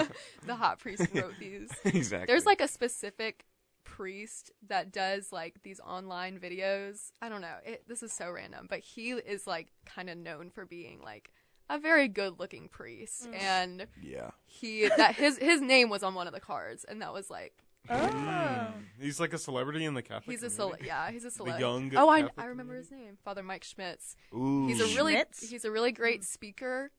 S5: the hot priest wrote these.
S3: [LAUGHS] exactly.
S5: There's like a specific priest that does like these online videos. I don't know. It, this is so random, but he is like kind of known for being like a very good-looking priest, and
S3: Yeah.
S5: he that his his name was on one of the cards, and that was like
S2: Oh.
S4: Mm.
S3: mm.
S4: he's like a celebrity in the Catholic.
S5: he's a cele-
S4: community.
S5: yeah he's a celebrity.
S4: young
S5: oh, I
S4: Catholic
S5: I remember his name, Father Mike Schmitz.
S3: Ooh.
S5: He's a really
S2: Schmitz?
S5: he's a really great speaker.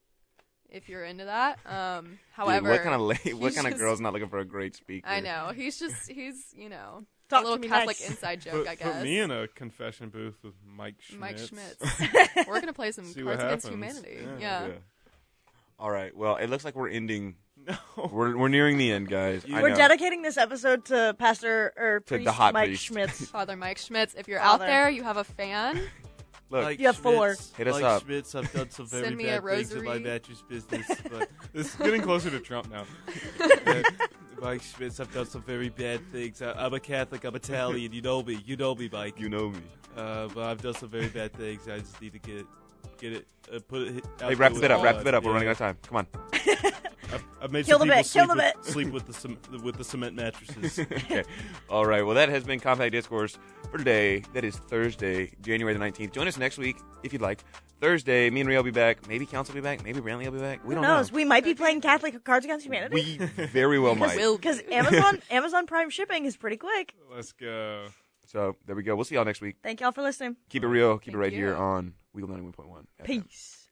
S5: If you're into that, um,
S3: Dude,
S5: however,
S3: what kind of la- what
S5: he's
S3: kind of
S5: just-
S3: girl's not looking for a great speaker?
S5: I know he's just he's you know
S2: Talk
S5: a
S2: to
S5: little
S2: me
S5: Catholic
S2: nice.
S5: inside
S4: Put,
S5: joke, I guess.
S4: put me in a confession booth with Mike Schmitz.
S5: Mike Schmitz. We're gonna play some
S4: See
S5: Cards
S4: what
S5: Against
S4: happens.
S5: Humanity.
S4: Yeah.
S5: Yeah.
S3: All right. Well, it looks like we're ending.
S4: [LAUGHS] no.
S3: We're we're nearing the end, guys. I
S2: We're
S3: know.
S2: dedicating this episode to Pastor or
S3: the
S2: Priest
S3: hot
S2: Mike
S3: priest. [LAUGHS]
S2: Schmitz.
S5: Father Mike Schmitz. If you're
S2: Father.
S5: out there, you have a fan.
S2: [LAUGHS]
S3: Look,
S6: Mike
S2: You have four.
S6: Schmitz-
S3: Hit us
S6: Mike
S3: up.
S6: Schmitz, I've
S5: [LAUGHS]
S6: done some very
S5: Send me
S6: bad
S5: a
S6: things in my
S5: rosary.
S6: mattress business, but
S4: This is getting closer to Trump now.
S6: uh, Mike Schmitz, I've done some very bad things. I, I'm a Catholic. I'm Italian. You know me. You know me, Mike.
S3: you know me.
S6: Uh, but I've done some very bad things. I just need to get it, get it, uh, put it. Out
S3: Hey,
S6: there
S3: wrap
S6: with
S3: it up.
S6: all
S3: Wrap
S6: of
S3: it up. We're
S6: yeah.
S3: running out of time. Come on.
S6: I've, I've made
S2: Kill
S6: some
S2: the
S6: people
S2: bit,
S6: sleep,
S2: kill the
S6: with, sleep with the cem- with the cement [LAUGHS]
S3: [LAUGHS]
S6: mattresses.
S3: okay. All right. Well, that has been Compact Discourse for today. That is Thursday, January the 19th. Join us next week if you'd like. Thursday, me and Ray will be back. Maybe Council will be back. Maybe Brantley will be back. We
S2: Who
S3: don't
S2: knows?
S3: know.
S2: We might be playing Catholic Cards Against Humanity. [LAUGHS]
S3: We very well might.
S2: because Amazon Amazon Prime shipping is pretty quick.
S4: Let's go.
S3: So there we go. We'll see y'all next week.
S2: Thank y'all for listening.
S3: Keep it real. Keep it
S5: Thank
S3: right
S5: you.
S3: here on Weagle 91.1. FM.
S2: Peace.